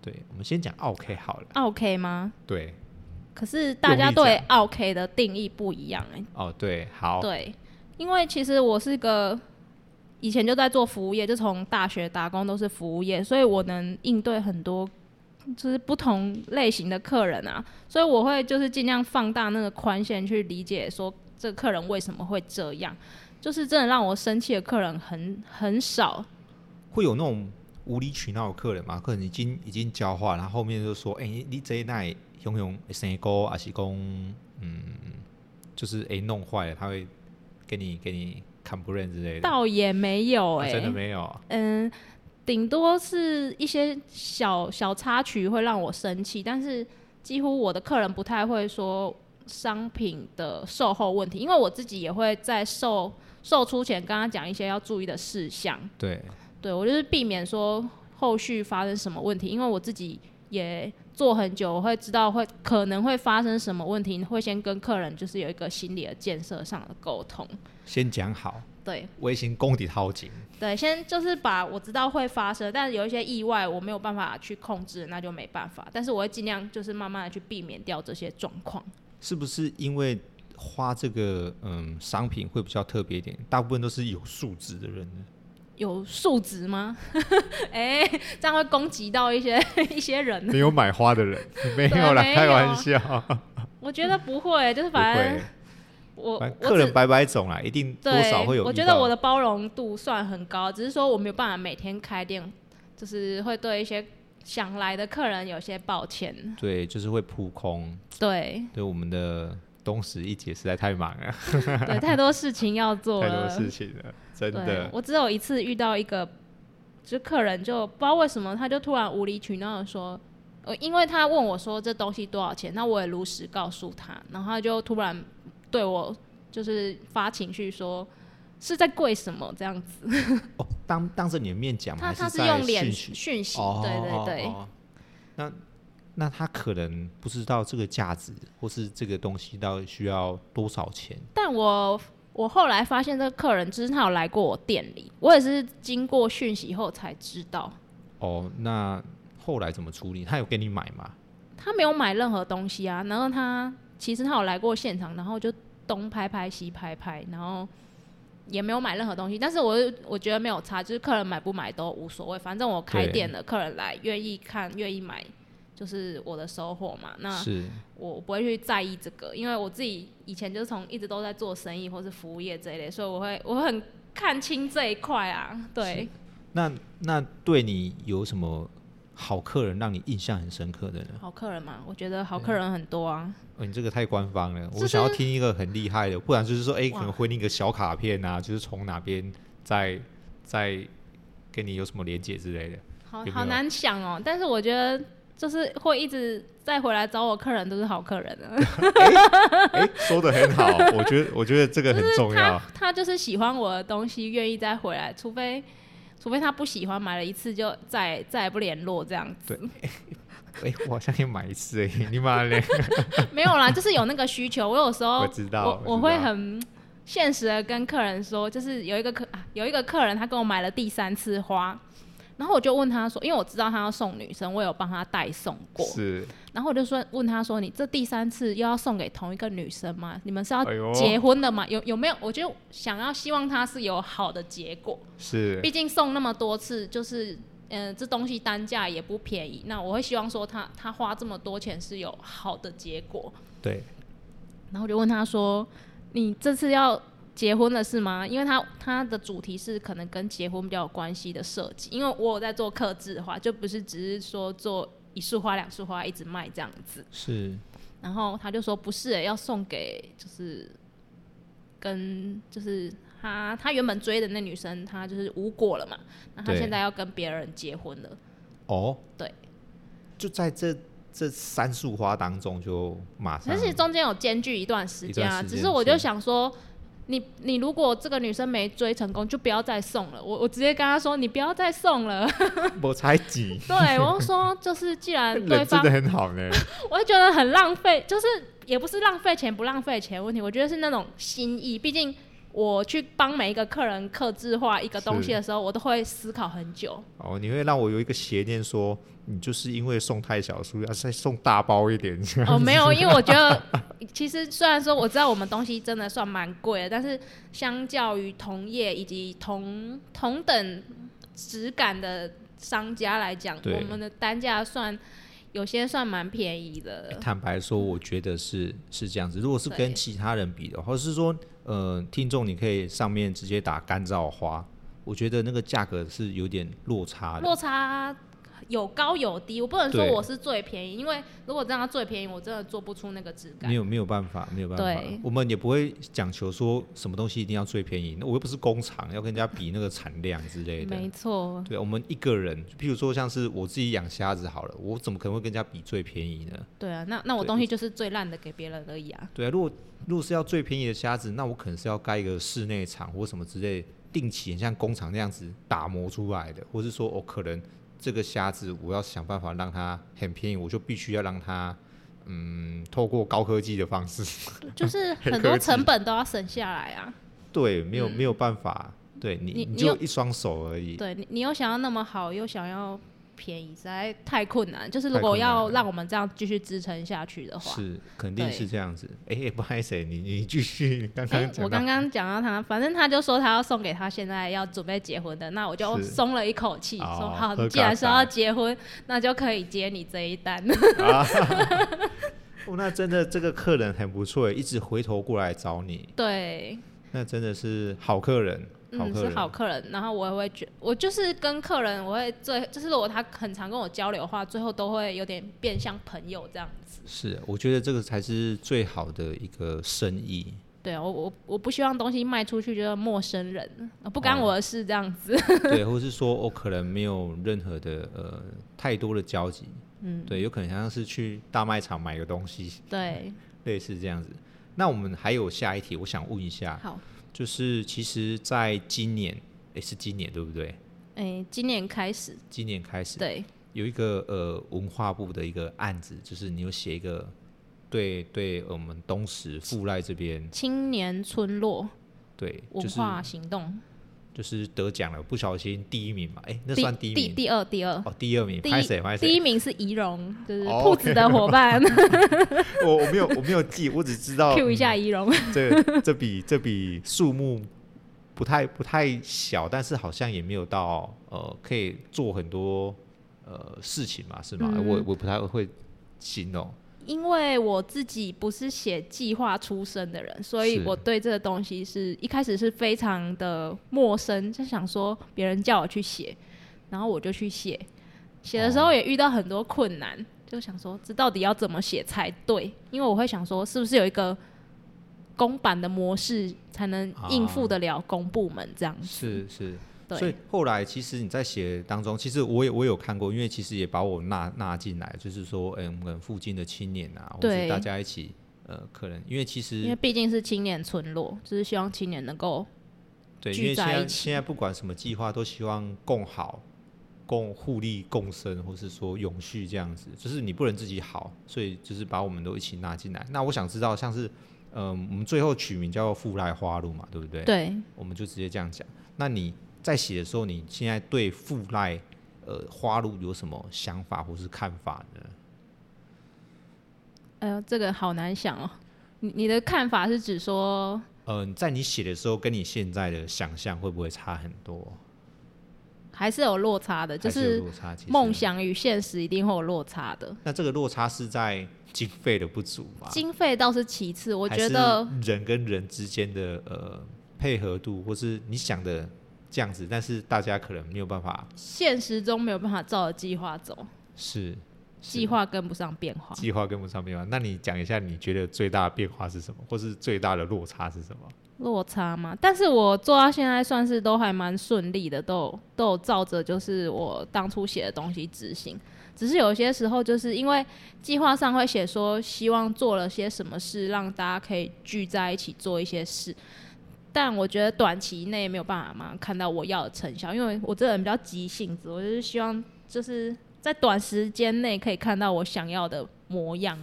Speaker 1: 对，我们先讲 OK 好了。
Speaker 2: 啊 OK 吗？
Speaker 1: 对，
Speaker 2: 可是大
Speaker 1: 用
Speaker 2: 家
Speaker 1: 力
Speaker 2: 对 OK 的定义不一样哎、
Speaker 1: 哦，对，好，
Speaker 2: 对，因为其实我是个以前就在做服务业，就从大学打工都是服务业，所以我能应对很多就是不同类型的客人啊，所以我会就是尽量放大那个宽限去理解说这个客人为什么会这样。就是真的让我生气的客人很很少，
Speaker 1: 会有那种无理取闹的客人嘛？客人已经已经交换，然后后面就说：“哎、你你这一代熊熊生高，还是讲嗯，就是哎、弄坏了，他会给你给你 complain 之类的。
Speaker 2: 倒也没有
Speaker 1: 啊
Speaker 2: 哎、
Speaker 1: 真的没有啊
Speaker 2: 嗯，顶多是一些小小插曲会让我生气，但是几乎我的客人不太会说商品的售后问题，因为我自己也会在售售出前跟他讲一些要注意的事项。
Speaker 1: 对，
Speaker 2: 对我就是避免说后续发生什么问题，因为我自己也做很久，我会知道会可能会发生什么问题，会先跟客人就是有一个心理的建设上的沟通。
Speaker 1: 先讲好，
Speaker 2: 对，
Speaker 1: 微型功底掏紧。
Speaker 2: 对，先就是把我知道会发生，但是有一些意外我没有办法去控制，那就没办法。但是我会尽量就是慢慢的去避免掉这些状况。
Speaker 1: 是不是因为花这个嗯商品会比较特别一点？大部分都是有素质的人呢。
Speaker 2: 有数值吗？ 哎、这样会攻击到一些一些人。啊
Speaker 7: 没有买花的 人，没
Speaker 2: 对啊
Speaker 7: 有啦，
Speaker 2: 没
Speaker 7: 开
Speaker 2: 有
Speaker 7: 玩笑，
Speaker 2: 我觉得不会，就是
Speaker 7: 不
Speaker 2: 反
Speaker 7: 会
Speaker 2: 正。我
Speaker 1: 反正
Speaker 2: 我
Speaker 1: 客人
Speaker 2: 只
Speaker 1: 百百种啦，一定多少会
Speaker 2: 对，
Speaker 1: 有遇到。
Speaker 2: 我觉得我的包容度算很高，只是说我没有办法每天开店，就是会对一些想来的客人有些抱歉。
Speaker 1: 对，就是会扑空。
Speaker 2: 对
Speaker 1: 对我们的东石一姐实在太忙了，
Speaker 2: 对，太多事情要做
Speaker 7: 太
Speaker 2: 了
Speaker 7: 多。事情了，真
Speaker 2: 啊对，
Speaker 7: 的。
Speaker 2: 我只有一次遇到一个，就客人就不知道为什么，他就突然无理取闹的说，呃，因为他问我说这东西多少钱，那我也如实告诉他，然后他就突然对我就是发情绪说是在跪什么这样子。
Speaker 1: 哦，当当着你的面讲吗？
Speaker 2: 他
Speaker 1: 还
Speaker 2: 他
Speaker 1: 是
Speaker 2: 是
Speaker 1: 在
Speaker 2: 用脸
Speaker 1: 讯息
Speaker 2: 讯息，
Speaker 1: 哦，
Speaker 2: 对
Speaker 1: 哦
Speaker 2: 对对，
Speaker 1: 哦哦那那他可能不知道这个价值，或是这个东西到底需要多少钱。
Speaker 2: 但我我后来发现，这个客人就是他有来过我店里，我也是经过讯息后才知道，
Speaker 1: 哦，那后来怎么处理？他有给你买吗？
Speaker 2: 他没有买任何东西啊。然后他其实他有来过现场，然后就东拍拍西拍拍，然后也没有买任何东西。但是我我觉得没有差，就是客人买不买都无所谓，反正我开
Speaker 1: 对
Speaker 2: 店了，客人来愿意看愿意买，就是我的收获嘛。那
Speaker 1: 是
Speaker 2: 我不会去在意这个，因为我自己以前就是从一直都在做生意或是服务业这一类，所以我会我会很看清这一块啊。对，
Speaker 1: 那那对你有什么好客人让你印象很深刻的呢？
Speaker 2: 好客人嘛，我觉得好客人很多啊。
Speaker 1: 哦，你这个太官方了，
Speaker 2: 就
Speaker 1: 我想要
Speaker 2: 是
Speaker 1: 听一个很厉害的，不然就是说，哎、可
Speaker 2: 哇
Speaker 1: 能回你一个小卡片啊，就是从哪边再再跟你有什么连接之类的。
Speaker 2: 好
Speaker 1: 有没有
Speaker 2: 好难想哦，但是我觉得就是会一直再回来找我客人都是好客人啊，
Speaker 8: 哎、说的很好，我觉得我觉得这个很重要
Speaker 2: 他。 他就是喜欢我的东西，愿意再回来，除非除非他不喜欢，买了一次就再再也不联络这样 子。
Speaker 1: 哎、我好像也买一次、哎，你妈 嘞！
Speaker 2: 没有啦，就是有那个需求。我有时候
Speaker 1: 我知道
Speaker 2: 哦我
Speaker 1: 我知道
Speaker 2: 会很现实的跟客人说，就是有一个客、啊、有一个客人他跟我买了第三次花，然后我就问他说，因为我知道他要送女生，我有帮他代送过，
Speaker 1: 是，
Speaker 2: 然后我就说问他说，你这第三次又要送给同一个女生吗？你们是要
Speaker 1: 哎呦
Speaker 2: 结婚的吗？有有没有？我就想要希望他是有好的结果，
Speaker 1: 是，
Speaker 2: 毕竟送那么多次就是。嗯，这东西单价也不便宜，那我会希望说他他花这么多钱是有好的结果。
Speaker 1: 对，
Speaker 2: 然后我就问他说：“你这次要结婚了是吗？”因为他他的主题是可能跟结婚比较有关系的设计，因为我有在做刻制化，就不是只是说做一束花、两束花一直卖这样子。
Speaker 1: 是，
Speaker 2: 然后他就说：“不是、欸，要送给就是跟就是他他原本追的那女生，她就是无果了嘛，那他
Speaker 1: 对
Speaker 2: 现在要跟别人结婚了。
Speaker 1: 哦，
Speaker 2: 对，
Speaker 1: 就在这这三束花当中，就马上
Speaker 2: 可是中间有间距一段时间
Speaker 1: 一
Speaker 2: 啊，
Speaker 1: 段时间
Speaker 2: 只是我就想说，你你如果这个女生没追成功，就不要再送了。我我直接跟她说，你不要再送了。
Speaker 1: 我才几，
Speaker 2: 对，我就说就是既然 对
Speaker 8: 人真
Speaker 2: 方
Speaker 8: 的，很好呢，
Speaker 2: 我会觉得很浪费，就是也不是浪费钱不浪费钱的问题，我觉得是那种心意，毕竟。我去帮每一个客人克制化一个东西的时候，我都会思考很久。
Speaker 8: 哦，你会让我有一个邪念说，你就是因为送太小数，要再送大包一点。
Speaker 2: 哦，没有，因为我觉得其实虽然说我知道我们东西真的算蛮贵的，但是相较于同业以及同同等质感的商家来讲，
Speaker 1: 对
Speaker 2: 我们的单价算有些算蛮便宜的。
Speaker 1: 坦白说，我觉得是是这样子。如果是
Speaker 2: 对
Speaker 1: 跟其他人比的话，或是说，呃，听众你可以上面直接打干燥花，我觉得那个价格是有点落差的。
Speaker 2: 落差有高有低，我不能说
Speaker 1: 对
Speaker 2: 我是最便宜，因为如果真的最便宜，我真的做不出那个质感
Speaker 1: 没。有没有办法，没有办法
Speaker 2: 对，
Speaker 1: 我们也不会讲求说什么东西一定要最便宜。那我又不是工厂，要跟人家比那个产量之类的。
Speaker 2: 没错，
Speaker 1: 对，我们一个人，譬如说像是我自己养虾子好了，我怎么可能会跟人家比最便宜呢？
Speaker 2: 对啊，那那我
Speaker 1: 对
Speaker 2: 东西就是最烂的给别人而已啊。
Speaker 1: 对啊，如果如果是要最便宜的虾子，那我可能是要盖一个室内厂或什么之类，定期很像工厂那样子打磨出来的，或是说我、哦可能这个虾子我要想办法让它很便宜，我就必须要让它嗯透过高科技的方式，
Speaker 2: 就是
Speaker 8: 很
Speaker 2: 很
Speaker 8: 科
Speaker 2: 多
Speaker 8: 技
Speaker 2: 成本都要省下来啊。
Speaker 1: 对，没有、
Speaker 2: 嗯
Speaker 1: 没有办法，对你你
Speaker 2: 你你
Speaker 1: 就
Speaker 2: 有
Speaker 1: 一双手而已，
Speaker 2: 对你，你又想要那么好，又想要便宜，实在太困难。就是如
Speaker 1: 太
Speaker 2: 果
Speaker 1: 困难
Speaker 2: 要
Speaker 1: 了
Speaker 2: 让我们这样继续支撑下去的话，
Speaker 1: 是肯定
Speaker 2: 对
Speaker 1: 是这样子。哎、不好意思，你你继续，你刚
Speaker 2: 哎、
Speaker 1: 刚讲
Speaker 2: 我
Speaker 1: 到
Speaker 2: 刚刚讲到他，反正他就说他要送给他现在要准备结婚的，那我就是松了一口气，
Speaker 8: 哦
Speaker 2: 说好，
Speaker 8: 喝
Speaker 2: 你既然
Speaker 8: 咖
Speaker 2: 说
Speaker 8: 啡
Speaker 2: 要结婚，那就可以接你这一单。
Speaker 1: 哦，那真的这个客人很不错，欸一直回头过来找你，
Speaker 2: 对，
Speaker 1: 那真的是好客人，好
Speaker 2: 嗯，
Speaker 1: 客
Speaker 2: 是
Speaker 1: 人，啊
Speaker 2: 好客人。然后我也会觉，我就是跟客人，我会最就是如果他很常跟我交流的话，最后都会有点变像朋友这样子。
Speaker 1: 是，我觉得这个才是最好的一个生意。
Speaker 2: 对啊，我我我不希望东西卖出去就是陌生人，呃不干
Speaker 1: 哦
Speaker 2: 我的事这样子。
Speaker 1: 对，或是说我、哦、可能没有任何的呃太多的交集，嗯，对，有可能像是去大卖场买个东西，
Speaker 2: 对，
Speaker 1: 类似这样子。那我们还有下一题，我想问一下，
Speaker 2: 好，
Speaker 1: 就是其实在今年，诶，是今年对不对？
Speaker 2: 诶、今年开始，
Speaker 1: 今年开始，
Speaker 2: 对，
Speaker 1: 有一个呃文化部的一个案子，就是你有写一个对对我们东石富赖这边
Speaker 2: 青年村落
Speaker 1: 对，就
Speaker 2: 文
Speaker 1: 是
Speaker 2: 化行动，
Speaker 1: 就是得奖了，不小心第一名嘛，哎、那算第一
Speaker 2: 第
Speaker 1: 名
Speaker 2: 第二第二。
Speaker 1: 哦，第二名，
Speaker 2: 第
Speaker 1: 拍谁拍
Speaker 2: 一第
Speaker 1: 谁
Speaker 2: 一，名是仪容，就是
Speaker 9: 哦
Speaker 2: 兔子的伙伴
Speaker 9: 我我没有我没有记，我只知
Speaker 1: 哦
Speaker 9: 道
Speaker 2: ，Q 一下仪容。
Speaker 1: 嗯
Speaker 9: 这这笔这笔
Speaker 1: 数目不太不太小，但是好像也没有到呃可以做很多呃事情嘛，是吗？
Speaker 2: 嗯
Speaker 1: 我我不太会形容，
Speaker 2: 因为我自己不是写计划出身的人，所以
Speaker 1: 是
Speaker 2: 我对这个东西是一开始是非常的陌生，就想说别人叫我去写，然后我就去写。写的时哦候也遇到很多困难，就想说这到底要怎么写才对？因为我会想说，是不是有一个公版的模式才能应付得了公部门这样？
Speaker 1: 是是。所以
Speaker 2: 嗯对，
Speaker 1: 后来其实你在写当中，其实我也我有看过，因为其实也把我纳纳进来，就是说，哎、我们可能附近的青年啊，或者
Speaker 2: 对
Speaker 1: 大家一起，呃，可能因为其
Speaker 2: 因为
Speaker 1: 实
Speaker 2: 毕竟是青年村落，就是希望青年能够
Speaker 1: 对，
Speaker 2: 聚
Speaker 1: 因为现
Speaker 2: 在
Speaker 1: 在
Speaker 2: 一起
Speaker 1: 现在不管什么计划，都希望共好、共互利共生，或是说永续这样子，就是你不能自己好，所以就是把我们都一起纳进来。那我想知道，像是，嗯、我们最后取名叫“富来花路”嘛，对不对？
Speaker 2: 对
Speaker 1: 我们就直接这样讲。那你在写的时候，你现在对富赖呃花路有什么想法或是看法呢？
Speaker 2: 哎呦，这个好难想哦。你你的看法是指说，
Speaker 1: 嗯、在你写的时候，跟你现在的想象会不会差很多？
Speaker 2: 还是有落差呃的，就
Speaker 1: 还是有
Speaker 2: 是
Speaker 1: 落差。其实
Speaker 2: 梦。想与现实一定会有落差的。
Speaker 1: 那这个落差是在经费的不足吗？
Speaker 2: 经费倒是其次，我
Speaker 1: 啊还
Speaker 2: 觉
Speaker 1: 是
Speaker 2: 得
Speaker 1: 人跟人之间的呃配合度，或是你想的这样子，但是大家可能没有办法
Speaker 2: 现实中没有办法照着计划走，
Speaker 1: 是是
Speaker 2: 计划跟不上变化。
Speaker 1: 计划跟不上变
Speaker 2: 嗯
Speaker 1: 化。那你讲一下，你觉得最大的变化是什么，或是最大的落差是什么？
Speaker 2: 落差嘛，但是我做到现在算是都还蛮顺利的，都有都有照着就是我当初写的东西执行。只是有些时候就是因为计划上会写说希望做了些什么事，让大家可以聚在一起做一些事，但我觉得短期内没有办法马上看到我要的成效，因为我这个人比较急性子，我就是希望就是在短时间内可以看到我想要的模样。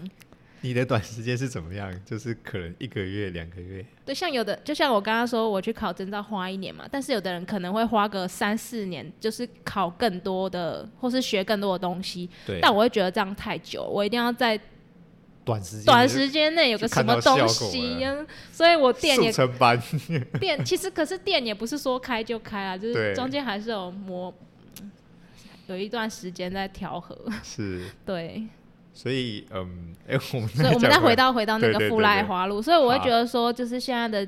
Speaker 9: 你的短时间是怎么样？就是可能一个月、两个月，
Speaker 2: 对，像有的，就像我刚刚说，我去考证照花一年嘛，但是有的人可能会花个三四年，就是考更多的，或是学更多的东西。
Speaker 1: 对，
Speaker 2: 但我会觉得这样太久，我一定要在
Speaker 9: 短时间
Speaker 2: 短时间内有
Speaker 9: 就
Speaker 2: 个什
Speaker 9: 看到
Speaker 2: 么东
Speaker 9: 效果
Speaker 2: 西。所以我店也
Speaker 9: 速成 班
Speaker 2: 店，其实可是店也不是说开就开啊，就
Speaker 9: 对
Speaker 2: 是中间还是有磨，有一段时间在调和。
Speaker 9: 是，
Speaker 2: 对，
Speaker 9: 所以嗯，哎、我 们
Speaker 2: 所以我们
Speaker 9: 讲
Speaker 2: 再
Speaker 9: 回
Speaker 2: 回到回到那
Speaker 9: 对对
Speaker 2: 个
Speaker 9: 对
Speaker 2: 富赖
Speaker 9: 对
Speaker 2: 花路，所以我会觉得说，就是现在的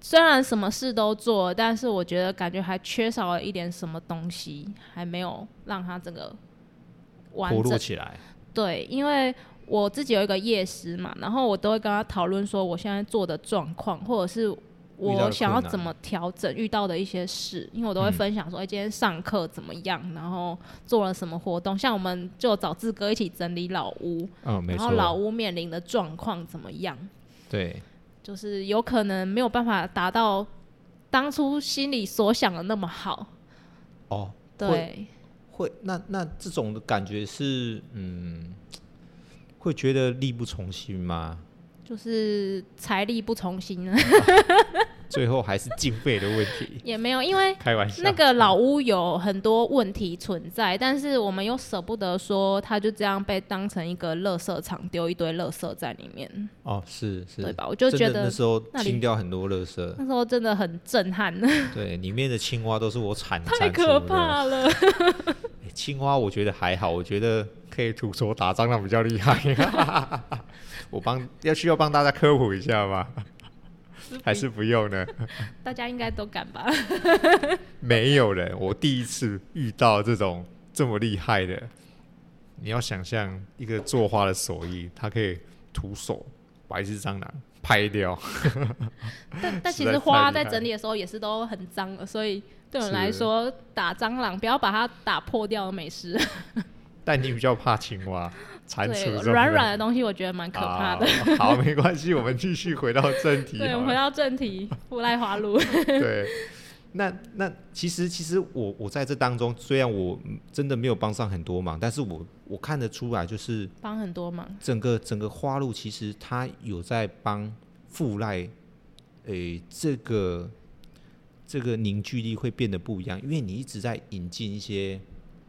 Speaker 2: 虽然什么事都做，但是我觉得感觉还缺少了一点什么东西，还没有让它整个完
Speaker 1: 活络
Speaker 2: 整。
Speaker 1: 起来，
Speaker 2: 对，因为我自己有一个夜师嘛，然后我都会跟他讨论说我现在做的状况，或者是
Speaker 1: 遇到的
Speaker 2: 我想要
Speaker 1: 困难
Speaker 2: 怎么调整遇到的一些事，因为我都会
Speaker 1: 嗯
Speaker 2: 分享说，哎、今天上课怎么样，然后做了什么活动，像我们就找志哥一起整理老屋，
Speaker 1: 嗯，没
Speaker 2: 然
Speaker 1: 错
Speaker 2: 后，老屋面临的状况怎么样？
Speaker 1: 对，
Speaker 2: 就是有可能没有办法达到当初心里所想的那么好。
Speaker 1: 哦，会
Speaker 2: 对，
Speaker 1: 会，那那这种的感觉是，嗯，会觉得力不从心吗？
Speaker 2: 就是财力不从心呢，
Speaker 1: 最后还是经费的问题，
Speaker 2: 也没有，因为
Speaker 1: 开玩笑，
Speaker 2: 那个老屋有很多问题存在，但是我们又舍不得说它就这样被当成一个垃圾场，丢一堆垃圾在里面，
Speaker 1: 哦，是是，
Speaker 2: 对吧？我就
Speaker 1: 真
Speaker 2: 觉
Speaker 1: 的
Speaker 2: 得
Speaker 1: 那时候
Speaker 2: 那里
Speaker 1: 清掉很多垃圾，
Speaker 2: 那时候真的很震撼，
Speaker 1: 对，里面的青蛙都是我产
Speaker 2: 太
Speaker 1: 产出
Speaker 2: 可
Speaker 1: 的。
Speaker 2: 怕了。
Speaker 1: 欸青蛙我觉得还好，我觉得
Speaker 9: 可以徒手打蟑螂比较厉 害。我帮要需要帮大家科普一下吗？还是不用呢？
Speaker 2: 大家应该都敢吧？
Speaker 9: 没有人，我第一次遇到这种这么厉害的。你要想象一个作画的手艺，他可以徒手把一只蟑螂拍掉。
Speaker 2: 但但
Speaker 9: 实
Speaker 2: 其
Speaker 9: 在
Speaker 2: 实
Speaker 9: 太
Speaker 2: 花
Speaker 9: 厉
Speaker 2: 在
Speaker 9: 害
Speaker 2: 整理的时候也是都很脏的，所以对我们来说打蟑螂不要把它打破掉的美食。
Speaker 1: 但你比较怕青蛙、蟾蜍
Speaker 2: 对
Speaker 1: 这，种
Speaker 2: 软软的东西我觉得蛮可怕的。
Speaker 9: 啊
Speaker 1: 的。好，没关系，我们继续回到正啊题好了。
Speaker 2: 对，我们回到正题，布赖花鹿。
Speaker 1: 对，那那其实其实我我在这当中，虽然我嗯真的没有帮上很多忙，但是我我看得出来，就是
Speaker 2: 帮很多忙，
Speaker 1: 整个整个花路其实他有在帮富赖，诶、这个这个凝聚力会变得不一样，因为你一直在引进一些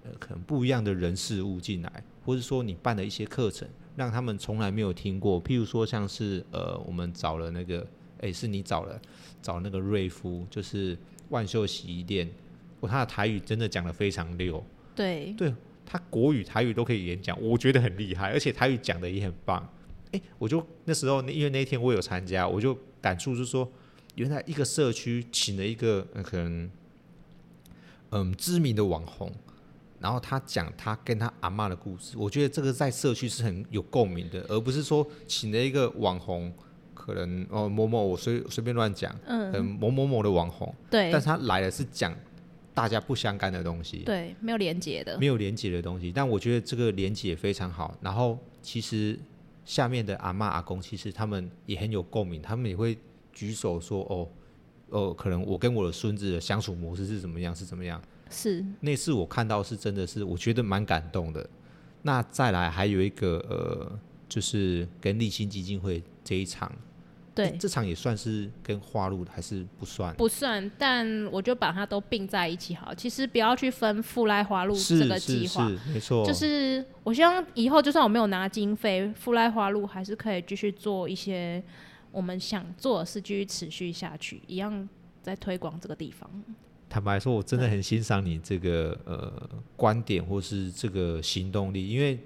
Speaker 1: 呃可能不一样的人事物进来，或者说你办了一些课程，让他们从来没有听过，譬如说像是呃我们找了那个，诶、是你找了找那个瑞夫，就是万秀洗衣店，哦、他的台语真的讲得非常溜，
Speaker 2: 对，
Speaker 1: 对他国语、台语都可以演讲，我觉得很厉害，而且台语讲的也很棒。哎，我就那时候，因为那一天我有参加，我就感触就是说，原来一个社区请了一个、呃、可能嗯知名的网红，然后他讲他跟他阿嬷的故事，我觉得这个在社区是很有共鸣的，而不是说请了一个网红，可能哦某某我随随便乱讲，嗯
Speaker 2: 嗯，
Speaker 1: 某某某的网红，
Speaker 2: 对
Speaker 1: 但是，他来了是讲大家不相干的东西，
Speaker 2: 对，没有连接的，
Speaker 1: 没有连接的东西。但我觉得这个连接非常好。然后其实下面的阿嬷阿公，其实他们也很有共鸣，他们也会举手说：“哦，哦，可能我跟我的孙子的相处模式是怎么样，是怎么样。
Speaker 2: 是”
Speaker 1: 那次我看到是真的是，我觉得蛮感动的。那再来还有一个呃，就是跟立新基金会这一场，诶
Speaker 2: 对，
Speaker 1: 这场也算是跟花路还是不算？
Speaker 2: 不算，但我就把它都并在一起好了。其实不要去分富赖花鹿
Speaker 1: 是
Speaker 2: 这个
Speaker 1: 是
Speaker 2: 计
Speaker 1: 是
Speaker 2: 划，，
Speaker 1: 没错，
Speaker 2: 就是我希望以后就算我没有拿经费，富赖花路还是可以继续做一些我们想做的事，继续持续下去，一样在推广这个地方。
Speaker 1: 坦白说，我真的很欣赏你这个呃观点或是这个行动力，因为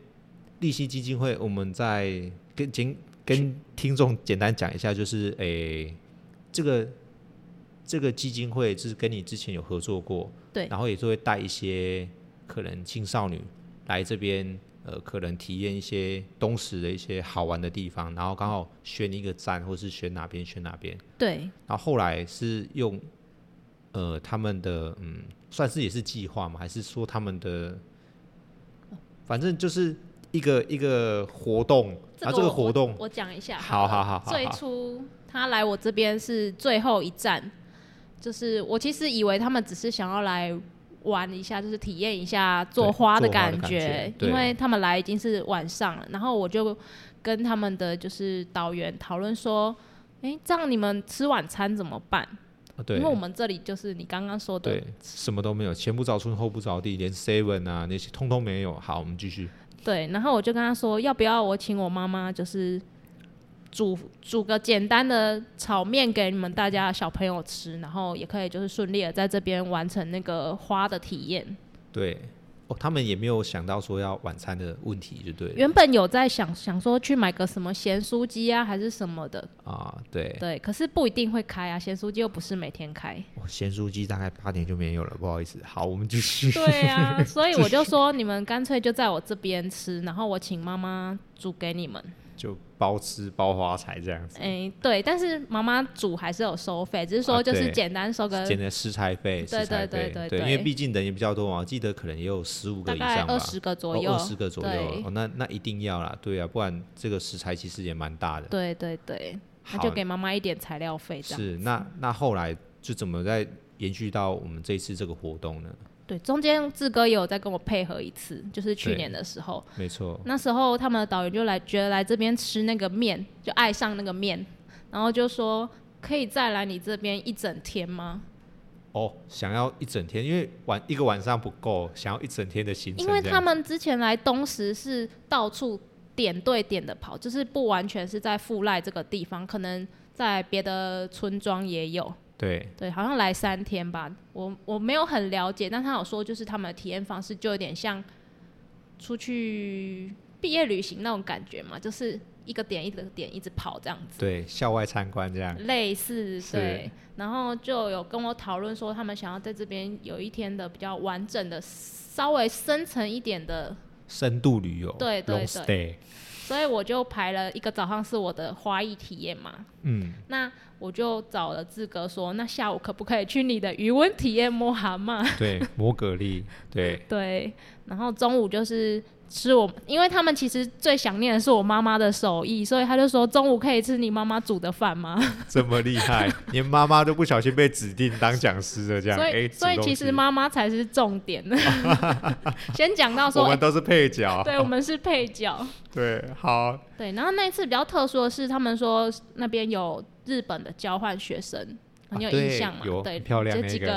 Speaker 1: 利息基金会，我们在跟简跟听众简单讲一下，就是诶、这个这个基金会就是跟你之前有合作过，
Speaker 2: 对
Speaker 1: 然后也是会带一些可能青少女来这边，呃，可能体验一些东石的一些好玩的地方，然后刚好选一个站，或是选哪边选哪边。
Speaker 2: 对
Speaker 1: 然后后来是用呃他们的嗯，算是也是计划嘛，还是说他们的，反正就是一个一个活动，然后啊这个
Speaker 2: 我
Speaker 1: 活动
Speaker 2: 我讲一下
Speaker 1: 好
Speaker 2: 好了。
Speaker 1: 好好好
Speaker 2: 最
Speaker 1: 好
Speaker 2: 初他来我这边是最后一站，就是我其实以为他们只是想要来玩一下，就是体验一下做
Speaker 1: 对
Speaker 2: 花的
Speaker 1: 做花的
Speaker 2: 感
Speaker 1: 感
Speaker 2: 觉
Speaker 1: 觉，对
Speaker 2: 因为他们来已经是晚上了，然后我就跟他们的就是导员讨论说，诶，这样你们吃晚餐怎么办？
Speaker 1: 啊对
Speaker 2: 因为我们这里就是你刚刚说的
Speaker 1: 对，什么都没有，前不着村后不着地，连 seven 啊那些通通没有。好，我们继续。
Speaker 2: 对，然后我就跟他说，要不要我请我妈妈，就是煮煮个简单的炒面给你们大家小朋友吃，然后也可以就是顺利的在这边完成那个花的体验。
Speaker 1: 对，哦，他们也没有想到说要晚餐的问题，就对了
Speaker 2: 原本有在想想说去买个什么咸酥鸡啊，还是什么的，
Speaker 1: 啊，对，
Speaker 2: 对，可是不一定会开啊，咸酥鸡又不是每 天开。
Speaker 1: 哦咸酥鸡大概八点就没有了，不好意思。好，我们继续。
Speaker 2: 对啊，所以我就说你们干脆就在我这边吃，然后我请妈妈煮给你们。
Speaker 1: 就包吃包花财这样子，
Speaker 2: 哎、对，但是妈妈煮还是有收费，只是
Speaker 1: 啊
Speaker 2: 说就是
Speaker 1: 对
Speaker 2: 简单收个
Speaker 1: 捡的食材费，
Speaker 2: 对
Speaker 1: 食材
Speaker 2: 对
Speaker 1: 费
Speaker 2: 对，对
Speaker 1: 对，因
Speaker 2: 对
Speaker 1: 为毕竟人也比较多嘛，我记得可能也有十五个
Speaker 2: 大
Speaker 1: 以
Speaker 2: 概
Speaker 1: 上吧，哦
Speaker 2: 二十个左右，
Speaker 1: 二十个左右，
Speaker 2: 对
Speaker 1: 哦，那那一定要啦，对啊，不然这个食材其实也蛮大的。
Speaker 2: 对对对，那
Speaker 1: 好
Speaker 2: 就，给妈妈一点材料费这样。
Speaker 1: 是那那后来就怎么再延续到我们这一次这个活动呢？
Speaker 2: 对，中间志哥也有在跟我配合一次，就是去
Speaker 1: 对哦
Speaker 2: 年的时候，
Speaker 1: 没错，
Speaker 2: 那时候他们的导游就来觉得来这边吃那个面，就爱上那个面，然后就说可以再来你这边一整天吗？
Speaker 1: 哦，想要一整天，因为晚一个晚上不够，想要一整天的行程
Speaker 2: 因
Speaker 1: 这
Speaker 2: 为
Speaker 1: 样，
Speaker 2: 他们之前来东石是到处点对点的跑，就是不完全是在富赖这个地方，可能在别的村庄也有。
Speaker 1: 对
Speaker 2: 对，好像来三天吧，我我没有很了解，但他有说就是他们的体验方式就有点像出去毕业旅行那种感觉嘛，就是一个点一个点一直跑这样子，
Speaker 1: 对，校外参观这样，
Speaker 2: 类似
Speaker 1: 是
Speaker 2: 对。然后就有跟我讨论说，他们想要在这边有一天的比较完整的、稍微深层一点的，
Speaker 1: 深度旅游，
Speaker 2: 对对
Speaker 1: long stay，
Speaker 2: 所以我就排了一个早上是我的花艺体验嘛，
Speaker 1: 嗯，
Speaker 2: 那我就找了志哥说，那下午可不可以去你的余温体验摸蛤蟆？
Speaker 1: 对，摩格利，对，
Speaker 2: 对，然后中午就是吃我，因为他们其实最想念的是我妈妈的手艺，所以他就说中午可以吃你妈妈煮的饭吗？
Speaker 1: 这么厉 害，连妈妈都不小心被指定当讲师了，这样。
Speaker 2: 所
Speaker 1: 哎
Speaker 2: 以，所以
Speaker 1: 主动
Speaker 2: 其
Speaker 1: 去
Speaker 2: 实妈妈才是重点。 先讲到说，
Speaker 1: 我
Speaker 2: 哎
Speaker 1: 们都是配角。
Speaker 2: 对我们是配角。
Speaker 1: 对，好，
Speaker 2: 对，然后那一次比较特殊的是，他们说那边有日本的交换学生，很有
Speaker 1: 啊
Speaker 2: 印
Speaker 1: 对
Speaker 2: 象嘛？
Speaker 1: 有
Speaker 2: 对，
Speaker 1: 很漂亮
Speaker 2: 这
Speaker 1: 那
Speaker 2: 几
Speaker 1: 个